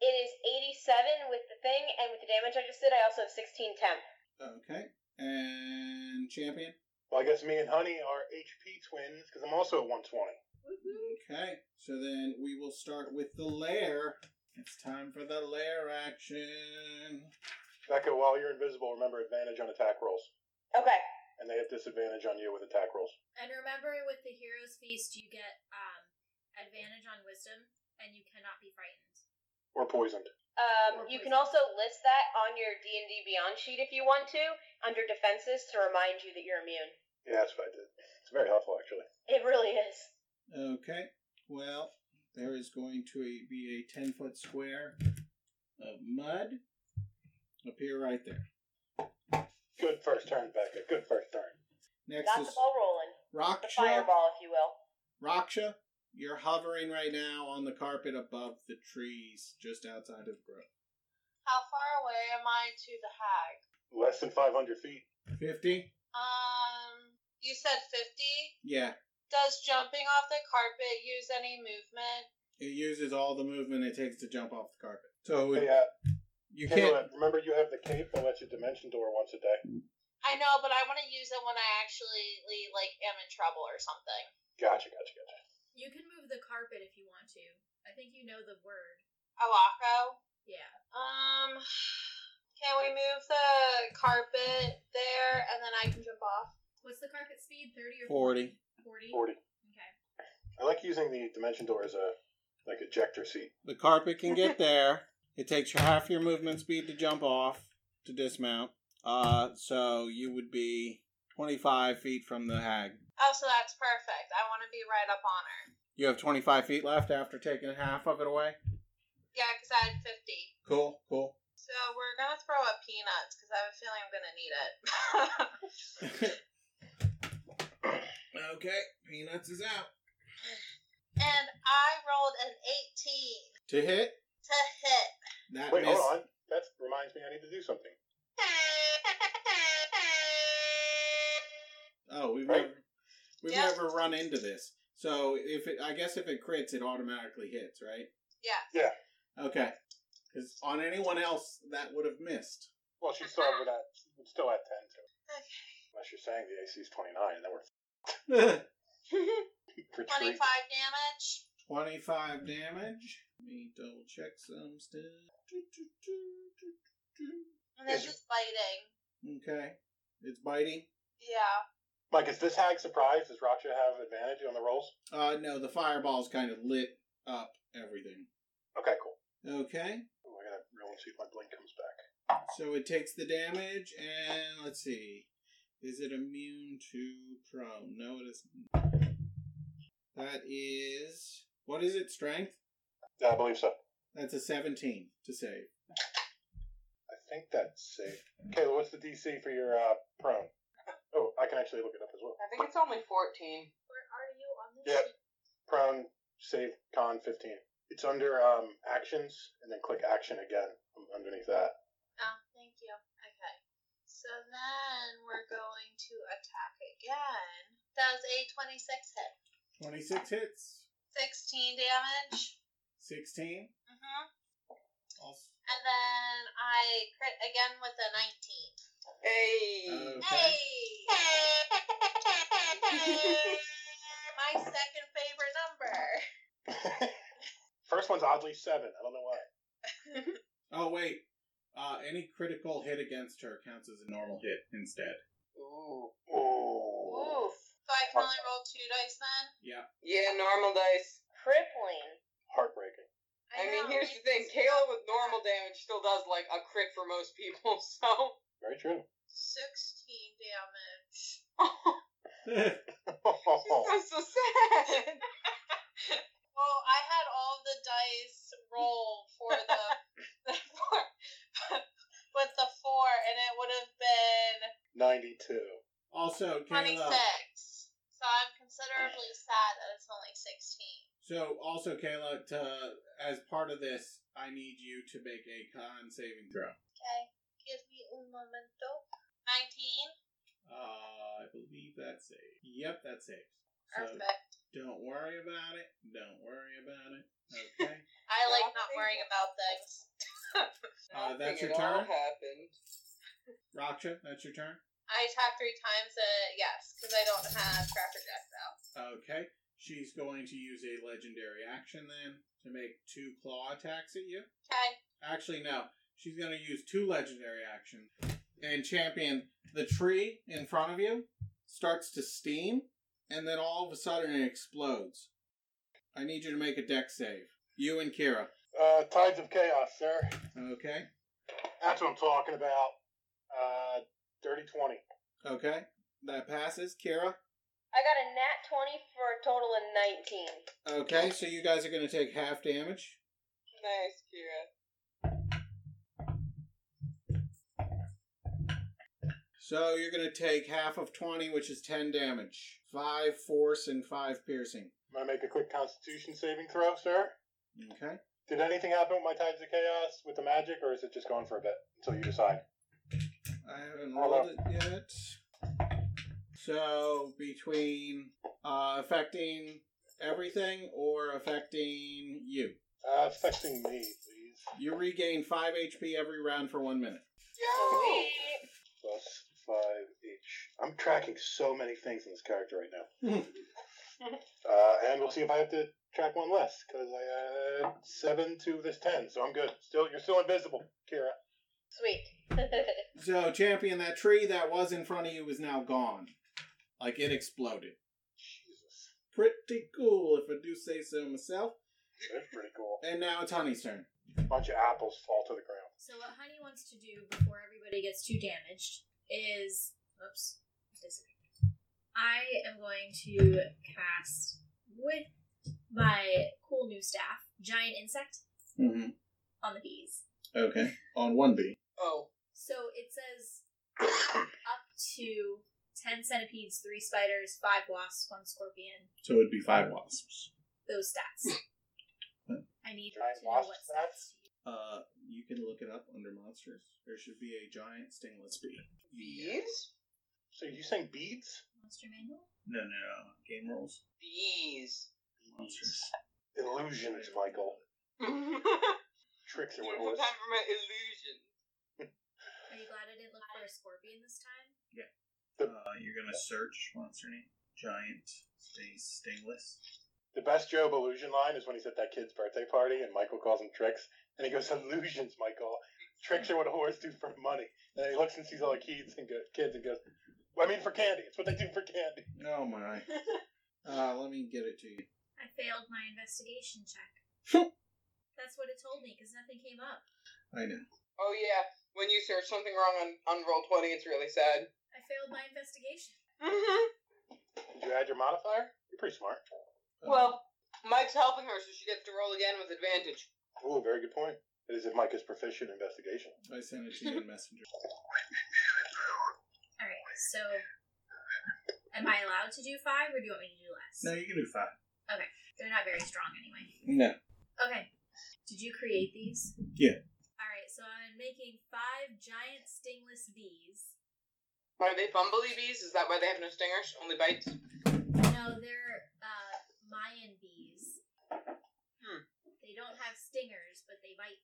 It is 87 with the thing, and with the damage I just did, I also have 16 temp. Okay. And champion. Well, I guess me and Honey are HP twins because I'm also at 120. Okay. So then we will start with the lair. It's time for the lair action. Becca, while you're invisible, remember advantage on attack rolls, Okay. and they have disadvantage on you with attack rolls. And remember, with the hero's feast, you get um, advantage on wisdom, and you cannot be frightened. Or poisoned. Um, you can also list that on your D and D Beyond sheet if you want to, under defenses, to remind you that you're immune. Yeah, that's what I did. It's very helpful, actually. It really is. Okay. Well, there is going to be a 10 foot square of mud. Appear right there. Good first turn, Becca. Good first turn. Next Got is the ball rolling, the Raksha. fireball, if you will. Raksha, you're hovering right now on the carpet above the trees just outside of the How far away am I to the hag? Less than 500 feet. grove. 50? Um, you said 50. Yeah. Does jumping off the carpet use any movement? It uses all the movement it takes to jump off the carpet. So it would- Hey, uh, you Kayla, can't. remember you have the cape that lets you dimension door once a day. I know, but I want to use it when I actually like am in trouble or something. Gotcha, gotcha, gotcha. You can move the carpet if you want to. I think you know the word. Awako. Yeah. Um, can we move the carpet there and then I can jump off? What's the carpet speed? 30 or 40. 40? 40. Okay. I like using the dimension door as a like ejector seat. The carpet can get there. It takes half your movement speed to jump off to dismount. Uh, so you would be 25 feet from the hag. Oh, so that's perfect. I want to be right up on her. You have 25 feet left after taking half of it away. Yeah, because I had 50. Cool, cool. So we're going to throw up peanuts because I have a feeling I'm going to need it. okay, Peanuts is out. and I rolled an 18 To hit, to hit. that Wait, missed. hold on. That reminds me I need to do something. Oh, we've Right? never we've Yeah. never run into this. So if it, I guess if it crits, it automatically hits, right? Yeah. Okay. Because on anyone else, that would have missed. Well, she's still at she would still at 10, too. Okay. Unless you're saying the AC is 29, and then we're retreat. 25 damage. 25 damage. Let me double check some stuff. And this is biting. Okay. It's biting. Yeah. Mike, is this hag surprised? Does Raksha have advantage on the rolls? Uh, no, the fireball's kind of lit up everything. Okay, cool. Okay. Oh, I gotta roll and see if my blink comes back. So it takes the damage, and let's see. Is it immune to prone? No, it isn't. That is. What is it, strength? Yeah, I believe so. That's a 17 to save. I think that's safe. Kayla, what's the DC for your uh, prone? Oh, I can actually look it up as well. I think it's only 14. Where are you on this? Yep. Prone, save, con 15. It's under um, actions, and then click action again from underneath that. Oh, thank you. Okay. So then we're going to attack again. Does a 26 hit? 26 hits. 16 damage. 16. hmm Also- And then I crit again with a 19. Hey! Okay. Hey! My second favorite number. First one's oddly 7. I don't know why. Oh, wait. Uh, any critical hit against her counts as a normal hit instead. Ooh. Oh. Oof. So I can only roll two dice then? Yeah. Yeah, normal dice. Crippling. Heartbreaking. I mean, know, here's the it's- thing. Kayla with normal damage still does like a crit for most people, so. Very true. 16 damage. Oh. I'm so sad. Well, I had all the dice roll for the, the four, with the four, and it would have been 92. Also, twenty Kayla. six. So I'm considerably sad that it's only sixteen. So, also, Kayla, to, as part of this, I need you to make a con saving throw. Okay, give me un momento. Nineteen. Uh, I believe that's saves. Yep, that saves. So Perfect. don't worry about it. Don't worry about it. Okay. I like Well, I not think- worrying about things. Uh, that's your Nothing at turn. all Happened. Raksha, that's your turn. I attack three times, uh, yes, because I don't have Cracker Jack now. Okay. She's going to use a legendary action then to make two claw attacks at you. Okay. Actually, no. She's going to use two legendary actions and champion the tree in front of you starts to steam and then all of a sudden it explodes. I need you to make a deck save. You and Kira. Uh, Tides of Chaos, sir. Okay. That's what I'm talking about. Uh, dirty 20. Okay. That passes. Kira. I got a nat 20 for a total of 19. Okay. So you guys are going to take half damage. Nice, Kira. So you're going to take half of 20, which is 10 damage. 5 force and 5 piercing. I'm going to make a quick constitution saving throw, sir. Okay. Did anything happen with my Tides of Chaos with the magic, or is it just going for a bit until you decide? I haven't rolled it yet. So between uh, affecting everything or affecting you, Uh, affecting me, please. you regain 5 HP every round for 1 minute. Sweet. Plus 5 each. I'm tracking so many things in this character right now. uh, and we'll see if I have to track one less, because I add 7 to this 10, so I'm good. Still, You're still invisible, Kira. Sweet. So, champion, that tree that was in front of you is now gone. Like it exploded. Jesus. Pretty cool, if I do say so myself. That's pretty cool. And now it's Honey's turn. bunch of apples fall to the ground. So what Honey wants to do before everybody gets too damaged is, oops, disappeared. I am going to cast with my cool new staff, giant insect Mm-hmm. on the bees. Okay. On one bee. Oh, So it says up to ten centipedes, three spiders, five wasps, one scorpion. So it'd be five wasps. Those stats. I need Giant to know wasp what stats? stats. Uh, you can look it up under monsters. There should be a giant stingless bee. bees? So you saying beads? Monster manual. No, no, no. Game rolls. Bees. Monsters. Illusions, Michael. Beautiful Tricks are what it was. temperament illusion. Are you glad I didn't look for a scorpion this time? Uh, you're gonna search monster name. Giant stays stingless. The best Job illusion line is when he's at that kid's birthday party and Michael calls him tricks. And he goes, Illusions, Michael. Tricks are what whores do for money. And he looks and sees all the kids and goes, kids and goes, well, I mean, for candy. It's what they do for candy. Oh my. Uh, let me get it to you. I failed my investigation check. That's what it told me because nothing came up. I know. Oh yeah, when you search something wrong on, on roll twenty, it's really sad. I failed my investigation. Did you add your modifier? You're pretty smart. Uh, Well, Mike's helping her, so she gets to roll again with advantage. Oh, very good point. It is if Mike is proficient in investigation. I sent it to you in Messenger. All right, so am I allowed to do five, or do you want me to do less? you can do five. They're not very strong anyway. No. Okay. Did you create these? Yeah. All right, so I'm making five giant stingless bees. Are they bumbly bees? Is that why they have no stingers, only bites? No, they're uh, Mayan bees. Hmm. They don't have stingers, but they bite.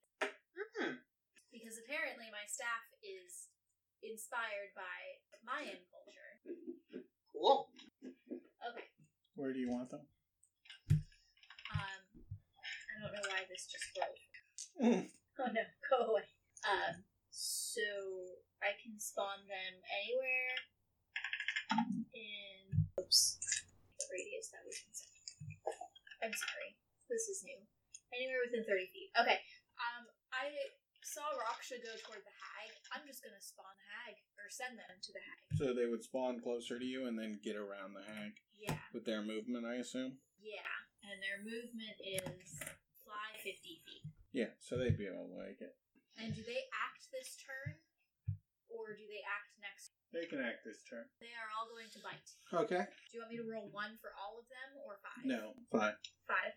Hmm. Because apparently my staff is inspired by Mayan culture. Cool. Okay. Where do you want them? Um, I don't know why this just rolled. Mm. Oh no, go away. Um, so I can spawn them anywhere in. Oops, the radius that we can set. I'm sorry, this is new. Anywhere within thirty feet. Okay. Um, I saw Raksha go toward the hag. I'm just gonna spawn the hag or send them to the hag. So they would spawn closer to you and then get around the hag Yeah, with their movement, I assume. yeah. And their movement is fly fifty feet. Yeah. So they'd be able to make it. And do they act this turn, or do they act next? They can act this turn. They are all going to bite. Okay. Do you want me to roll one for all of them, or five? No. Fine. Five.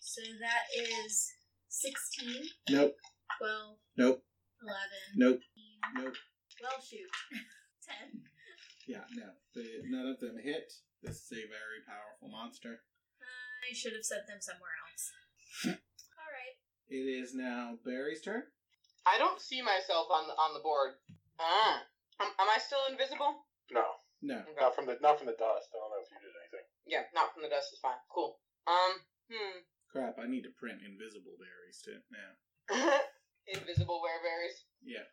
So that is 16, Nope. 12, Nope. 11. Nope. Nope. Well, shoot. 10. Yeah. No. They, none of them hit. This is a very powerful monster. I should have sent them somewhere else. All right. It is now Barry's turn. I don't see myself on the on the board. Ah, am, am I still invisible? No, No. Okay. not from the not from the dust. I don't know if you did anything. Yeah, not from the dust is fine. Cool. Um, hmm. Crap, I need to print invisible berries too now. Invisible wereberries. Yeah.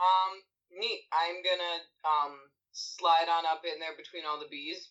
Um, neat. I'm gonna um slide on up in there between all the bees.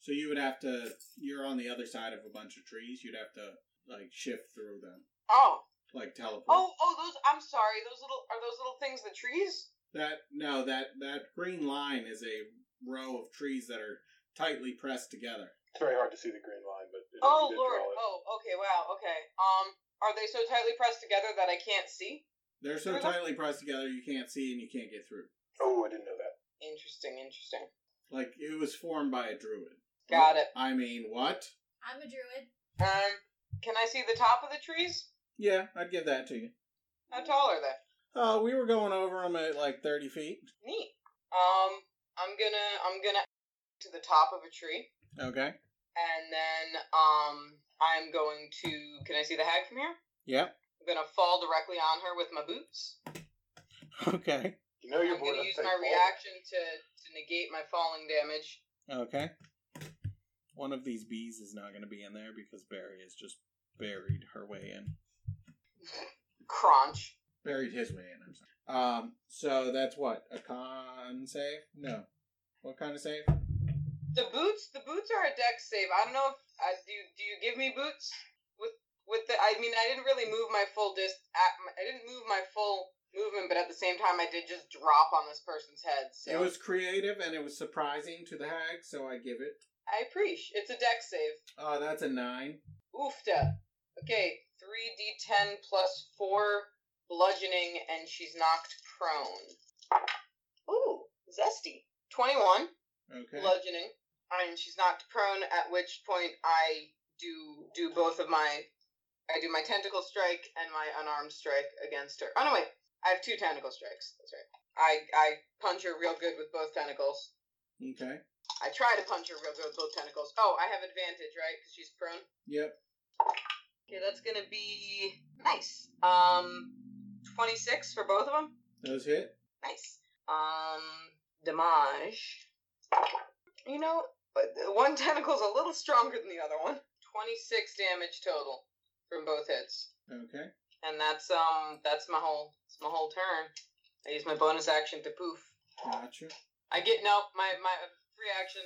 So you would have to you're on the other side of a bunch of trees, you'd have to like shift through them. Oh, Like teleport. oh, oh! Those. I'm sorry. Those little are those little things the trees. That no, that that green line is a row of trees that are tightly pressed together. It's very hard to see the green line, but it, Oh you did lord. draw it. Oh, okay. Wow. Okay. Um, are they so tightly pressed together that I can't see? They're so tightly pressed together you can't see and you can't get through. Oh, I didn't know that. Interesting. Interesting. Mm-hmm. Like it was formed by a druid. Got it. I mean, what? I'm a druid. Um, can I see the top of the trees? Yeah, I'd give that to you. How tall are they? Uh, we were going over them at like thirty feet. Neat. Um, I'm gonna I'm gonna to the top of a tree, Okay. and then um I'm going to. Can I see the hag from here? Yep. I'm gonna fall directly on her with my boots. Okay. You know you're I'm gonna bored. use my reaction to to negate my falling damage. Okay. One of these bees is not going to be in there because Barry has just buried her way in. Crunch. Buried his way in, I'm sorry. Um, so that's what? A con save? No. What kind of save? The boots. The boots are a deck save. I don't know if uh, do. you- Do you give me boots with with the? I mean, I didn't really move my full dis. at- I didn't move my full movement, but at the same time, I did just drop on this person's head. So It was creative and it was surprising to the hag, so I give it. I preach. It's a deck save. Oh, that's a nine. Oofta. Okay, three d10 plus four bludgeoning, and she's knocked prone. Ooh, zesty. Twenty-one Okay. bludgeoning, um, and she's knocked prone. At which point, I do do both of my, I do my tentacle strike and my unarmed strike against her. Oh no, wait, I have two tentacle strikes. That's right. I I punch her real good with both tentacles. Okay. I try to punch her real good with both tentacles. Oh, I have advantage, right? Because she's prone. Yep. Okay, that's gonna be nice. Um, twenty six for both of them. Those hit. Nice. Um, damage. You know, but the one tentacle's a little stronger than the other one. Twenty six damage total from both hits, Okay. and that's um, that's my whole, that's my whole turn. I use my bonus action to poof. Gotcha. I get no my my free action.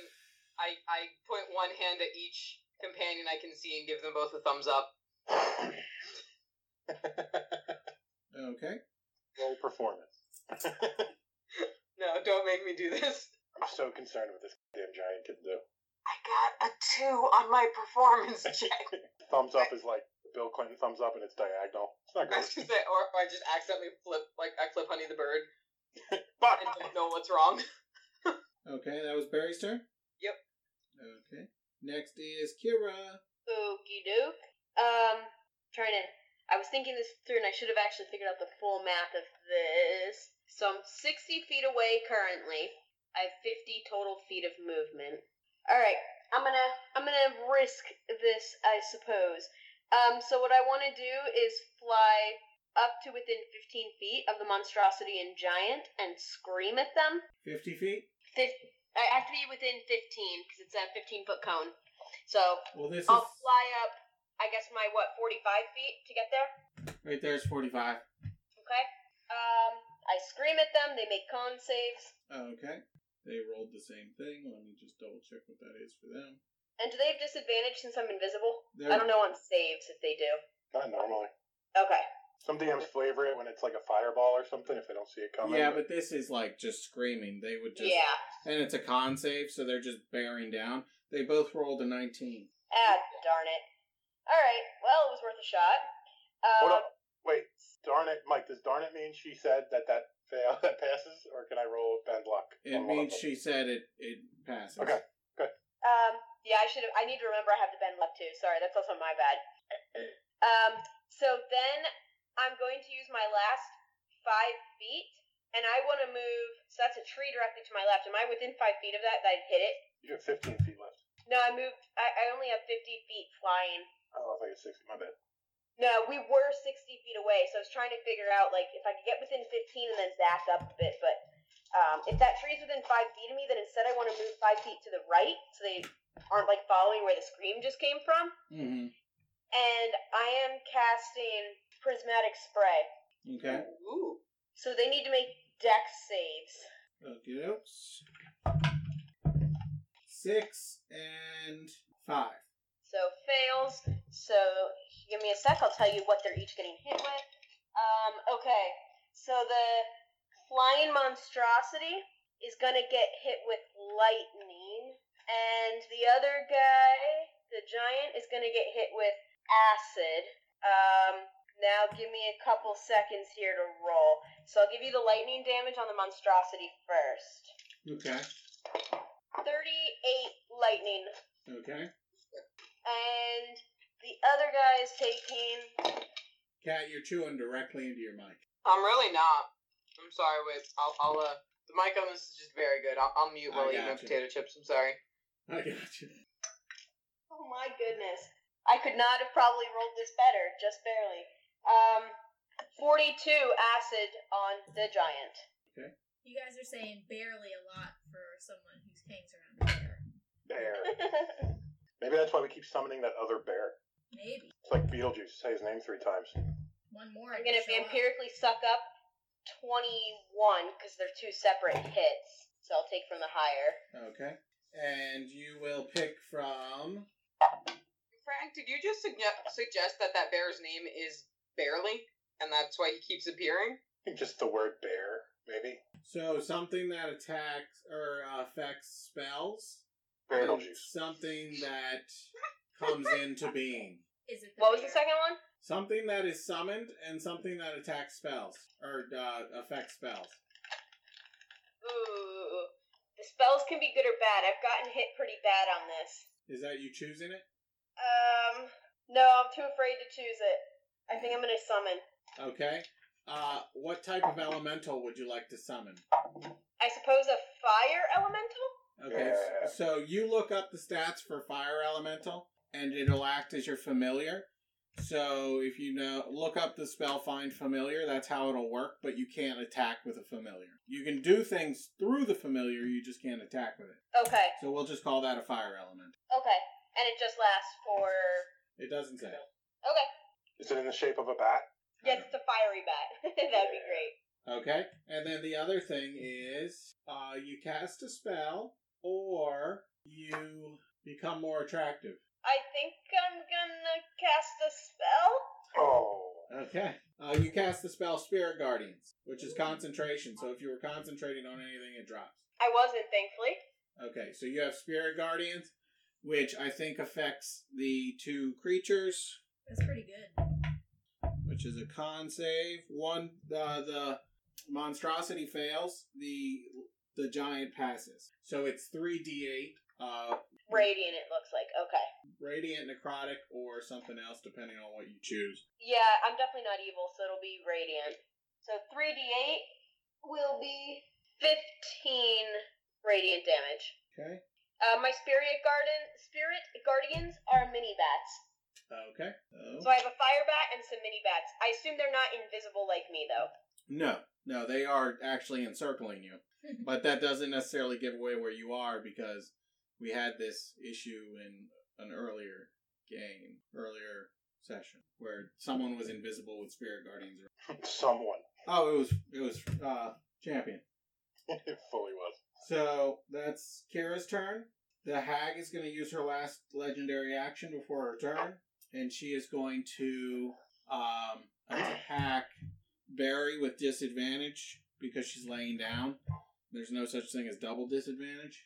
I I point one hand at each companion I can see and give them both a thumbs up. Okay. Roll performance. I'm No, don't make me do this. so concerned with this damn giant can do. I got a two on my performance check. Thumbs up is like Bill Clinton thumbs up, and it's diagonal. It's I not was gonna great. say, or, or I just accidentally flip, like I flip Honey the Bird but and don't know what's wrong. Okay, that was Barry's turn? Yep. Okay. Next is Kira. Okie doke. Um, trying to. I was thinking this through, and I should have actually figured out the full math of this. So I'm 60 feet away currently. I have 50 total feet of movement. All right, I'm gonna I'm gonna risk this, I suppose. Um, so what I want to do is fly up to within 15 feet of the monstrosity and giant and scream at them. 50 feet? Fif- I have to be within 15 because it's a 15 foot cone. So Well, this I'll is. fly up, I guess, my what, 45 feet to get there? Right there is 45. Okay. Um, I scream at them, they make cone saves. Okay. They rolled the same thing. Let me just double check what that is for them. And do they have disadvantage since I'm invisible? They're- I don't know on saves if they do. not normally. Okay. Some DMs flavor it when it's like a fireball or something if they don't see it coming. Yeah, but this is like just screaming. They would just. Yeah. And it's a con save, so they're just bearing down. They both rolled a 19. Ah, darn it. Alright, well, it was worth a shot. Um, Hold up. Wait, darn it, Mike. Does darn it mean she said that that fail that passes, or can I roll bend luck? It on one of means them? she said it, it passes. Oh, Okay. um, yeah, I should have, I need to remember I have the bend left too. Sorry, that's also my bad. um, so then I'm going to use my last five feet, and I want to move, so that's a tree directly to my left. Am I within five feet of that that I'd hit it? You have 15 feet left. No, I moved. I, I only have 50 feet flying. Oh, I don't know if I get 60. My bad. No, we were 60 feet away, so I was trying to figure out, like, if I could get within 15 and then back up a bit. But um, if that tree's within 5 feet of me, then instead I want to move 5 feet to the right so they aren't, like, following where the scream just came from. Mm-hmm. And I am casting Prismatic Spray. Okay. Ooh. So they need to make dex saves. Okay. Six and five. So fails. So give me a sec. I'll tell you what they're each getting hit with. Um, okay. So the flying monstrosity is gonna get hit with lightning, and the other guy, the giant, is gonna get hit with acid. Um, now give me a couple seconds here to roll. So I'll give you the lightning damage on the monstrosity first. Okay. Thirty-eight lightning Okay. and the other guy is taking. Cat, you're chewing directly into your mic. I'm really not. I'm sorry. Wait, I'll, I'll uh, the mic on this is just very good. I'll, I'll mute I while you eat my gotcha. potato chips. I'm sorry. I got you. Oh my goodness. I could not have probably rolled this better, just barely. Um, 42 acid on the giant. You guys are saying barely a lot for someone who hangs around here. Bear. Maybe that's why we keep summoning that other bear. Maybe It's like Beetlejuice. Say his name three times. one more. I'm and gonna he'll show up. vampirically suck up 21 because they're two separate hits. So I'll take from the higher. Okay. And you will pick from. Frank, did you just suggest suggest that that bear's name is Barely, and that's why he keeps appearing? I think just the word bear, maybe. So something that attacks or affects spells. and Beetlejuice. Something that comes into being. Is it the What was the bear? second one? Something that is summoned and something that attacks spells or uh, affects spells. Ooh. The spells can be good or bad. I've gotten hit pretty bad on this. Is that you choosing it? Um, no, I'm too afraid to choose it. I think I'm gonna summon. Okay. Uh, what type of elemental would you like to summon? I suppose a fire elemental? Okay. s- So you look up the stats for fire elemental, and it'll act as your familiar. So if you know, look up the spell find familiar. That's how it'll work. But you can't attack with a familiar. You can do things through the familiar. You just can't attack with it. Okay, So we'll just call that a fire element. okay. And it just lasts for. It doesn't say. Okay. Is it in the shape of a bat? Yes, it's a fiery bat. That'd be great. Okay. And then the other thing is uh, you cast a spell or you become more attractive. I think I'm gonna cast a spell. Oh. Okay. Uh, you cast the spell Spirit Guardians, which is concentration. So if you were concentrating on anything, it drops. I wasn't, thankfully. Okay. So you have Spirit Guardians, which I think affects the two creatures, That's pretty good. which is a con save. One, uh, the monstrosity fails. The the giant passes. So it's three d8 uh, Radiant, it looks like. Okay. radiant necrotic or something else depending on what you choose Yeah, I'm definitely not evil, so it'll be radiant. So 3d8 will be 15 radiant damage. okay Uh, my spirit garden, spirit guardians are mini bats. okay So I have a fire bat and some mini bats. I assume they're not invisible like me though. Oh. no no they are actually encircling you but that doesn't necessarily give away where you are because we had this issue in an earlier game earlier session where someone was invisible with spirit guardians Someone. oh it was it was uh champion it fully was. so that's kira's turn the hag is going to use her last legendary action before her turn and she is going to um, attack Barry with disadvantage because she's laying down. There's no such thing as double disadvantage.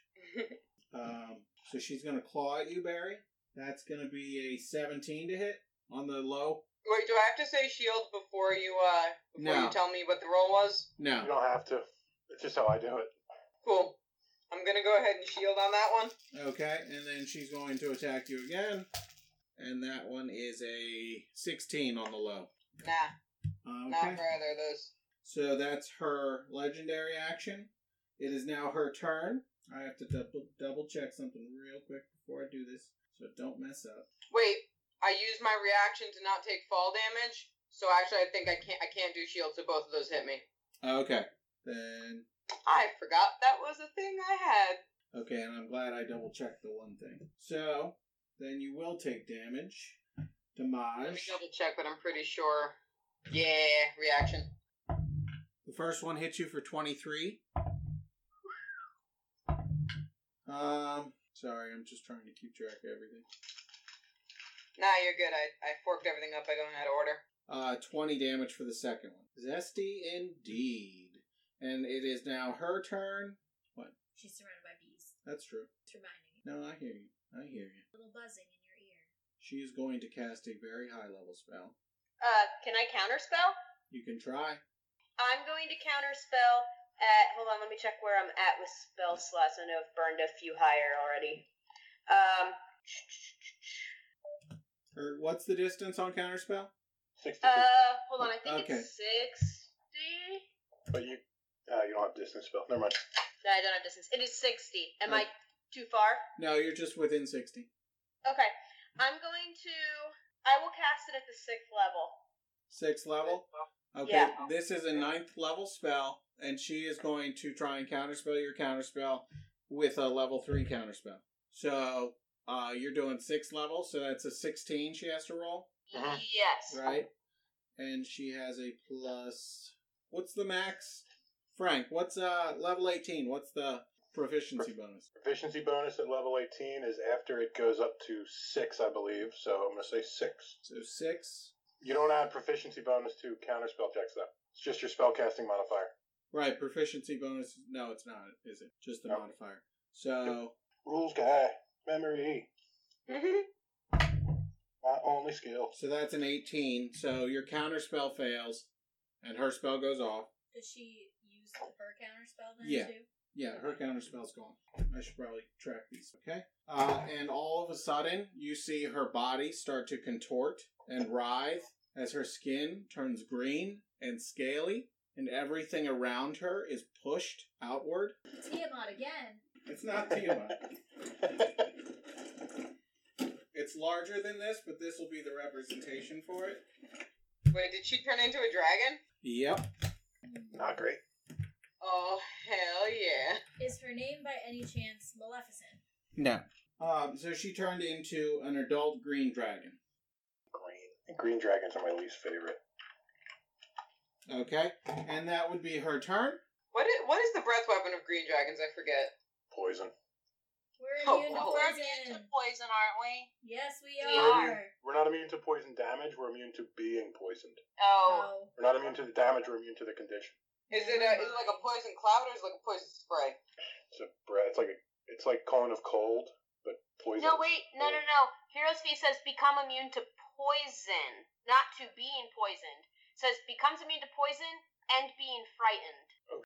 Um, so she's going to claw at you, Barry. That's going to be a 17 to hit on the low. Wait, do I have to say shield before you uh before No. you tell me what the roll was? No. You don't have to. It's just how I do it. Cool. I'm gonna go ahead and shield E on that one. Okay, and then she's going to attack you again. And that one is a 16 on the low. Nah, Okay. not for either of those. So that's her legendary action. It is now her turn. I have to double double check something real quick before I do this, so don't mess up. Wait, I used my reaction to not take fall damage, so actually I think I can't I can't do shield, so both of those hit me. Okay. Then I forgot that was a thing I had. okay, and I'm glad I double checked the one thing. So then you will take damage. Let me Damage. double check, but I'm pretty sure. Yeah, reaction. The first one hits you for 23. Um, sorry, I'm just trying to keep track of everything. Nah, you're good. I, I forked everything up by going out of order. Uh, 20 damage for the second one. Zesty indeed. And it is now her turn. She's surrounded by bees. That's true. It's reminding you. No, I hear you. I hear you. Little buzzing in your ear. She is going to cast a very high level spell. Uh, can I counterspell? You can try. I'm going to counterspell at. Hold on, let me check where I'm at with spell slots. I know I've burned a few higher already. Um, Or what's the distance on counterspell? 60 feet. uh, hold on, I think Okay. it's 60. But you, uh, you don't have distance spell. Never mind. No, I don't have distance. It is 60. Am I Okay. too far? No, you're just within 60. Okay. I'm going to. I will cast it at the sixth level. Sixth level? Okay, Yeah. this is a ninth level spell, and she is going to try and counterspell your counterspell with a level three counterspell. So uh, you're doing sixth level, so that's a 16 she has to roll, Uh-huh. Mhm. Yes. right? And she has a plus. What's the max? Frank, what's uh level 18? What's the proficiency bonus? Proficiency bonus at level 18 is after it goes up to 6, I believe. So I'm going to say 6. So six. You don't add proficiency bonus to counter spell checks, though. It's just your spell casting modifier. Right, proficiency bonus. No, it's not, is it? Just the No. modifier. So Rules guy. Memory. My only skill. So that's an 18. So your counter spell fails, and her spell goes off. Does she use her counter spell then Yeah. too? Yeah, her counter spell's gone. I should probably track these. Okay. Uh, and all of a sudden, you see her body start to contort and writhe as her skin turns green and scaly, and everything around her is pushed outward. Tiamat again. It's not Tiamat. it's larger than this, but this will be the representation for it. Wait, did she turn into a dragon? Yep. Not great. Oh, hell yeah. Is her name by any chance Maleficent? No. Um, so she turned into an adult green dragon. Green. Green dragons are my least favorite. Okay, and that would be her turn. What is, what is the breath weapon of green dragons? I forget. Poison. We're Oh, immune wow. to We're immune to poison. poison, aren't we? Yes, we We are. We're not immune to poison damage. We're immune to being poisoned. Oh. Oh. We're not immune to the damage. We're immune to the condition. Is it, a, is it like a poison cloud or is it like a poison spray? It's a breath. It's like a, it's like calling of cold, but poison. No, wait. No, no, no. Heroes Fee says become immune to poison, not to being poisoned. Says becomes immune to poison and being frightened.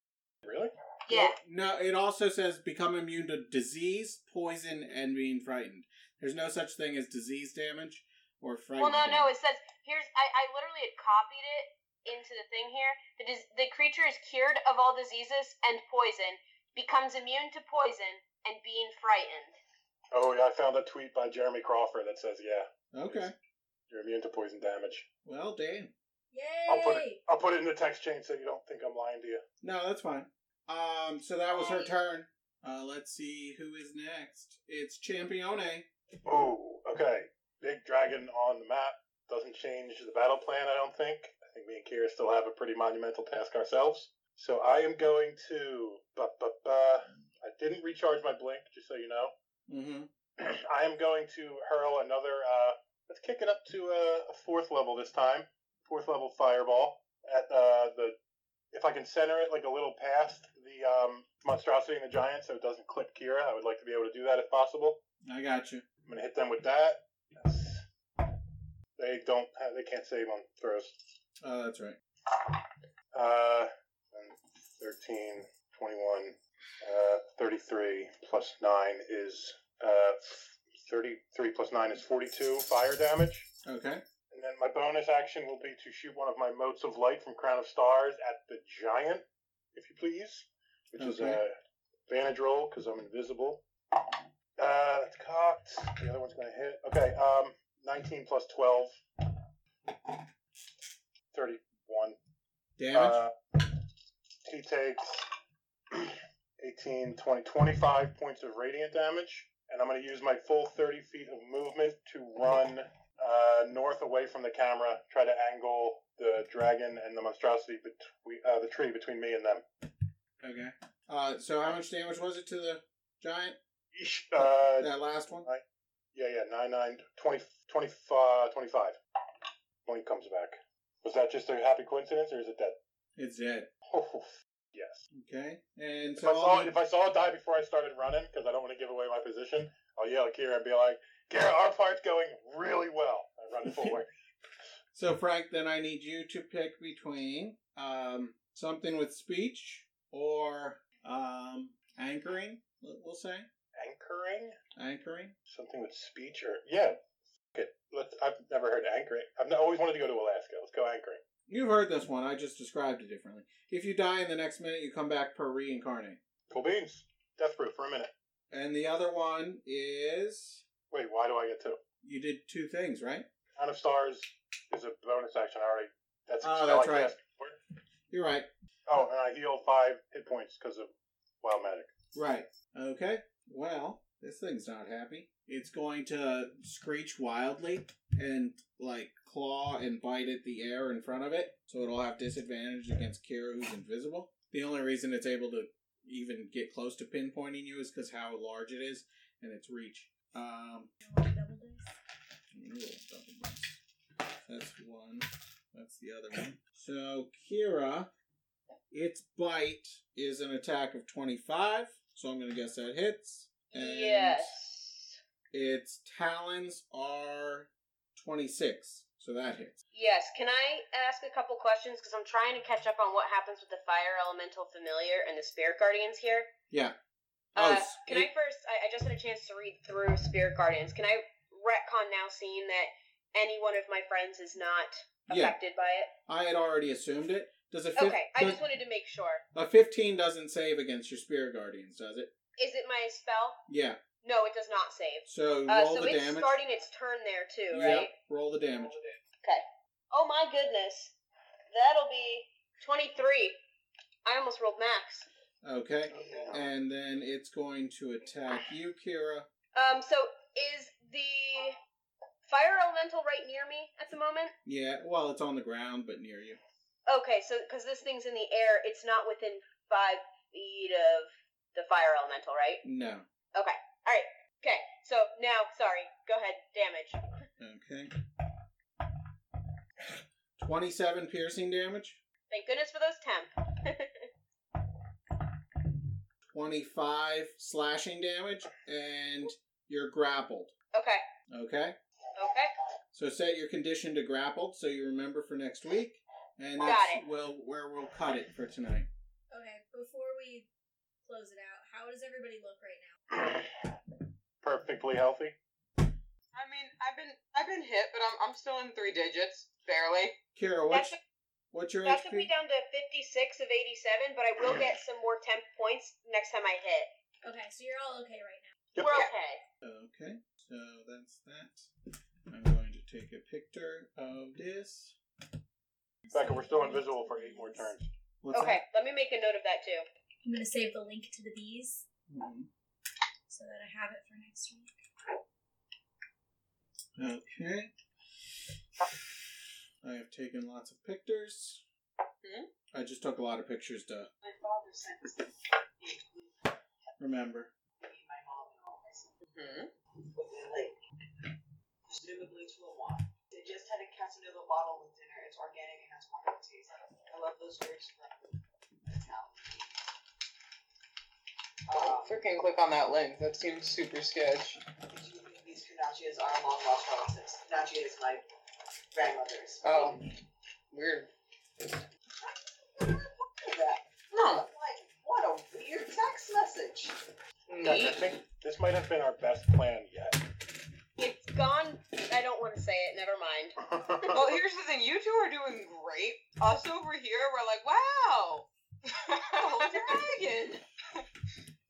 Really? Yeah. No, it also says become immune to disease, poison, and being frightened. There's no such thing as disease damage or fright. Well, no, no. damage. It says here's. I, I literally had copied it into the thing here. The dis- the creature is cured of all diseases and poison, becomes immune to poison and being frightened. Oh, yeah. I found a tweet by Jeremy Crawford that says, "Yeah, Okay. you're immune to poison damage." Well, damn. Yay! I'll put it. I'll put it in the text chain so you don't think I'm lying to you. No, that's fine. Um, so that was her Yay. turn. Uh, let's see who is next. It's Champione. Oh, okay. Big dragon on the map doesn't change the battle plan. I don't think. I think me and Kira still have a pretty monumental task ourselves. So I am going to. Ba, ba, ba. I didn't recharge my blink, just so you know. Mm-hmm. I am going to hurl another. Uh, let's kick it up to uh, a, a fourth level this time. Fourth level fireball at uh, the. If I can center it like a little past the um, monstrosity and the giant, so it doesn't clip Kira, I would like to be able to do that if possible. I got you. I'm gonna hit them with that. They don't. Have, they can't save on throws. Oh, that's right. Uh, and 13, 21, uh, 33 plus 9 is uh, 33 plus 9 is 42 fire damage. Okay. And then my bonus action will be to shoot one of my motes of light from Crown of Stars at the giant, if you please, which is Okay. a advantage roll because I'm invisible. Uh, that's cocked. The other one's going to hit. Okay, um, 19 plus 12. 31. Damage. Uh, he takes 18, 20, 25 points of radiant damage, and I'm going to use my full 30 feet of movement to run uh, north away from the camera, try to angle the dragon and the monstrosity between uh, the tree between me and them. okay. Uh, so how much damage was it to the giant? Eesh, Uh, that last one. yeah, yeah, 9, 9, 20, 20, uh, 25. Blink comes back. Was that just a happy coincidence, or is it dead? It's dead. Oh, yes. Okay. And If so I saw all it, the- if I saw it die before I started running, because I don't want to give away my position, I'll yell at Kira and be like, "Kira, our part's going really well." I run forward. so Frank, then I need you to pick between um, something with speech or um, anchoring. we'll- We'll say anchoring anchoring. something with speech or yeah. Okay, let's. I've never heard anchoring. I've not, always wanted to go to Alaska. Let's go anchoring. You've heard this one. I just described it differently. If you die in the next minute, you come back per reincarnate. Cool beans. Death proof for a minute. And the other one is Wait, why do I get two? you did two things, right? Out of stars is a bonus action. I already. That's a Oh, spell that's I right. cast before. You're right. Oh, and I heal five hit points because of wild magic. Right. Okay. Well, this thing's not happy. It's going to screech wildly and like claw and bite at the air in front of it, so it'll have disadvantage against Kira, who's invisible. The only reason it's able to even get close to pinpointing you is because how large it is and its reach. Um, Double dice. I'm gonna roll double dice. That's one. That's the other one. So Kira, its bite is an attack of twenty-five. So I'm gonna guess that hits. And Yes. Its talons are twenty-six. So that hits. Yes. Can I ask a couple questions? Because I'm trying to catch up on what happens with the fire elemental familiar and the spirit guardians here. Yeah. Oh, Uh, s- can I first? I, I just had a chance to read through Spirit Guardians. Can I retcon now, seeing that any one of my friends is not Yeah. affected by it? I had already assumed it. Does a fif- Okay, I does- just wanted to make sure. a fifteen doesn't save against your spirit guardians, does it? Is it my spell? Yeah. No, it does not save. So Uh, roll so the it's damage. starting its turn there too, Yep, right? Roll the damage. Oh my goodness, that'll be twenty-three. I almost rolled max. Okay. And then it's going to attack you, Kira. Um, so is the fire elemental right near me at the moment? Yeah, well, it's on the ground, but near you. Okay, so because this thing's in the air, it's not within five feet of the fire elemental, right? No. Okay, all right, okay. So now, sorry, go ahead. Damage. Okay. 27 piercing damage, Thank goodness for those temp. 25 slashing damage, and you're grappled. Okay, Okay? okay, So set your condition to grappled so you remember for next week. And Got that's it. Well, where we'll cut it for tonight. Okay, before we close it out, how does everybody look right now? Perfectly healthy. I mean, I've been I've been hit, but I'm I'm still in three digits, barely. Kira, That what's, should- what's your that took HP? me down to fifty-six of eighty-seven, but I will get some more temp points next time I hit. Okay, so you're all okay right now. Yep. We're okay. Okay, so that's that. I'm going to take a picture of this. Becca, we're still invisible for eight more turns. What's okay, let me make a note of that too. I'm gonna save the link to the bees That? Mhm. so that I have it for next week. Okay. I have taken lots of pictures. Hmm? I just took a lot of pictures to My father sent this to remember. my mom and all this. Mm-hmm. With the lake, presumably to a wine. They just had a Casanova bottle with dinner. It's organic and has wonderful taste. I love those words from Um, Freaking click on that link. That seems super sketch. These Kanachias are long lost relatives. Kanachi is my grandmother's. Oh, weird. No. Like, what a weird text message. Guys, I think this might have been our best plan yet. It's gone. I don't want to say it. Never mind. Well, here's the thing. You two are doing great. Us over here, we're like, wow, a dragon.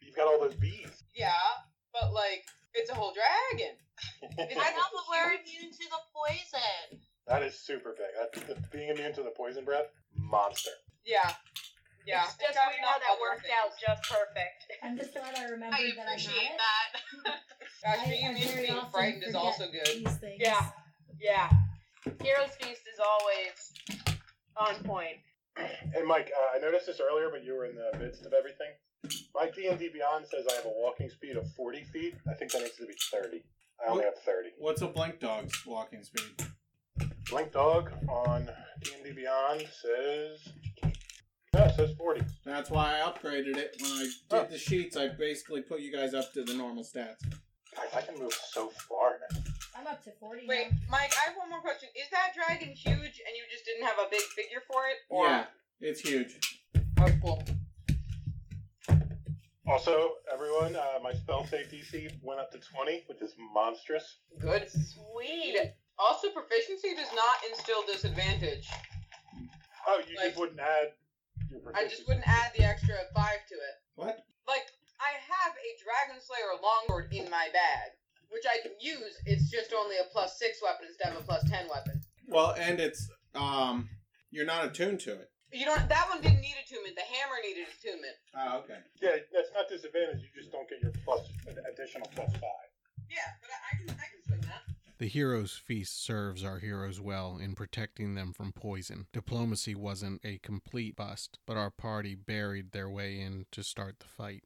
You've got all those bees. Yeah, but like, it's a whole dragon. I'm that we're immune to the poison. is super big. That's, being immune to the poison breath, monster. Yeah. Yeah. It's just weird how that worked out just perfect. I'm just glad I remembered I that I appreciate had that. it. I, Actually, I immune to very being often frightened is forget also good. These things. Yeah. Yeah. Heroes Feast is always on point. And Mike, uh, I noticed this earlier, but you were in the midst of everything. My D and D Beyond says I have a walking speed of forty feet. I think that needs to be thirty. I only have thirty. What's a blink dog's walking speed? Blink Dog on D and D Beyond says no, it says forty. That's why I upgraded it. When I did the sheets, I basically put you guys up to the normal stats. Guys, I can move so far now. I'm up to 40 Wait, now. Mike, I have one more question. Is that dragon huge and you just didn't have a big figure for it? Or... Yeah, it's huge. Oh, cool. Also, everyone, uh, my spell save DC went up to twenty, which is monstrous. Good. Sweet. Also, proficiency does not instill disadvantage. Oh, you Like- just wouldn't add. Your I just proficiency. wouldn't add the extra five to it. What? Like, I have a Dragon Slayer longsword in my bag, which I can use. It's just only a plus six weapon instead of a plus ten weapon. Well, and it's um, you're not attuned to it. You don't. That one didn't need attunement. The hammer needed attunement. Oh, okay. Yeah, that's not disadvantage. You just don't get your plus an additional plus five. Yeah, but I, I can. I can swing that. The hero's feast serves our heroes well in protecting them from poison. Diplomacy wasn't a complete bust, but our party buried their way in to start the fight.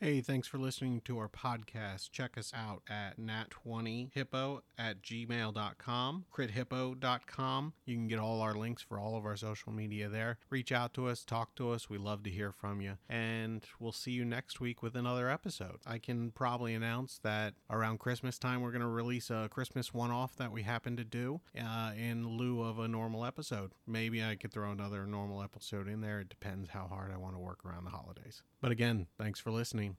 Hey, thanks for listening to our podcast. Check us out at nat20hippo at gmail.com, crithippo.com. You can get all our links for all of our social media there. Reach out to us, talk to us. We love to hear from you. And we'll see you next week with another episode. I can probably announce that around Christmas time, we're going to release a Christmas one off that we happen to do uh, in lieu of a normal episode. Maybe I could throw another normal episode in there. It depends how hard I want to work around the holidays. But again, thanks for listening,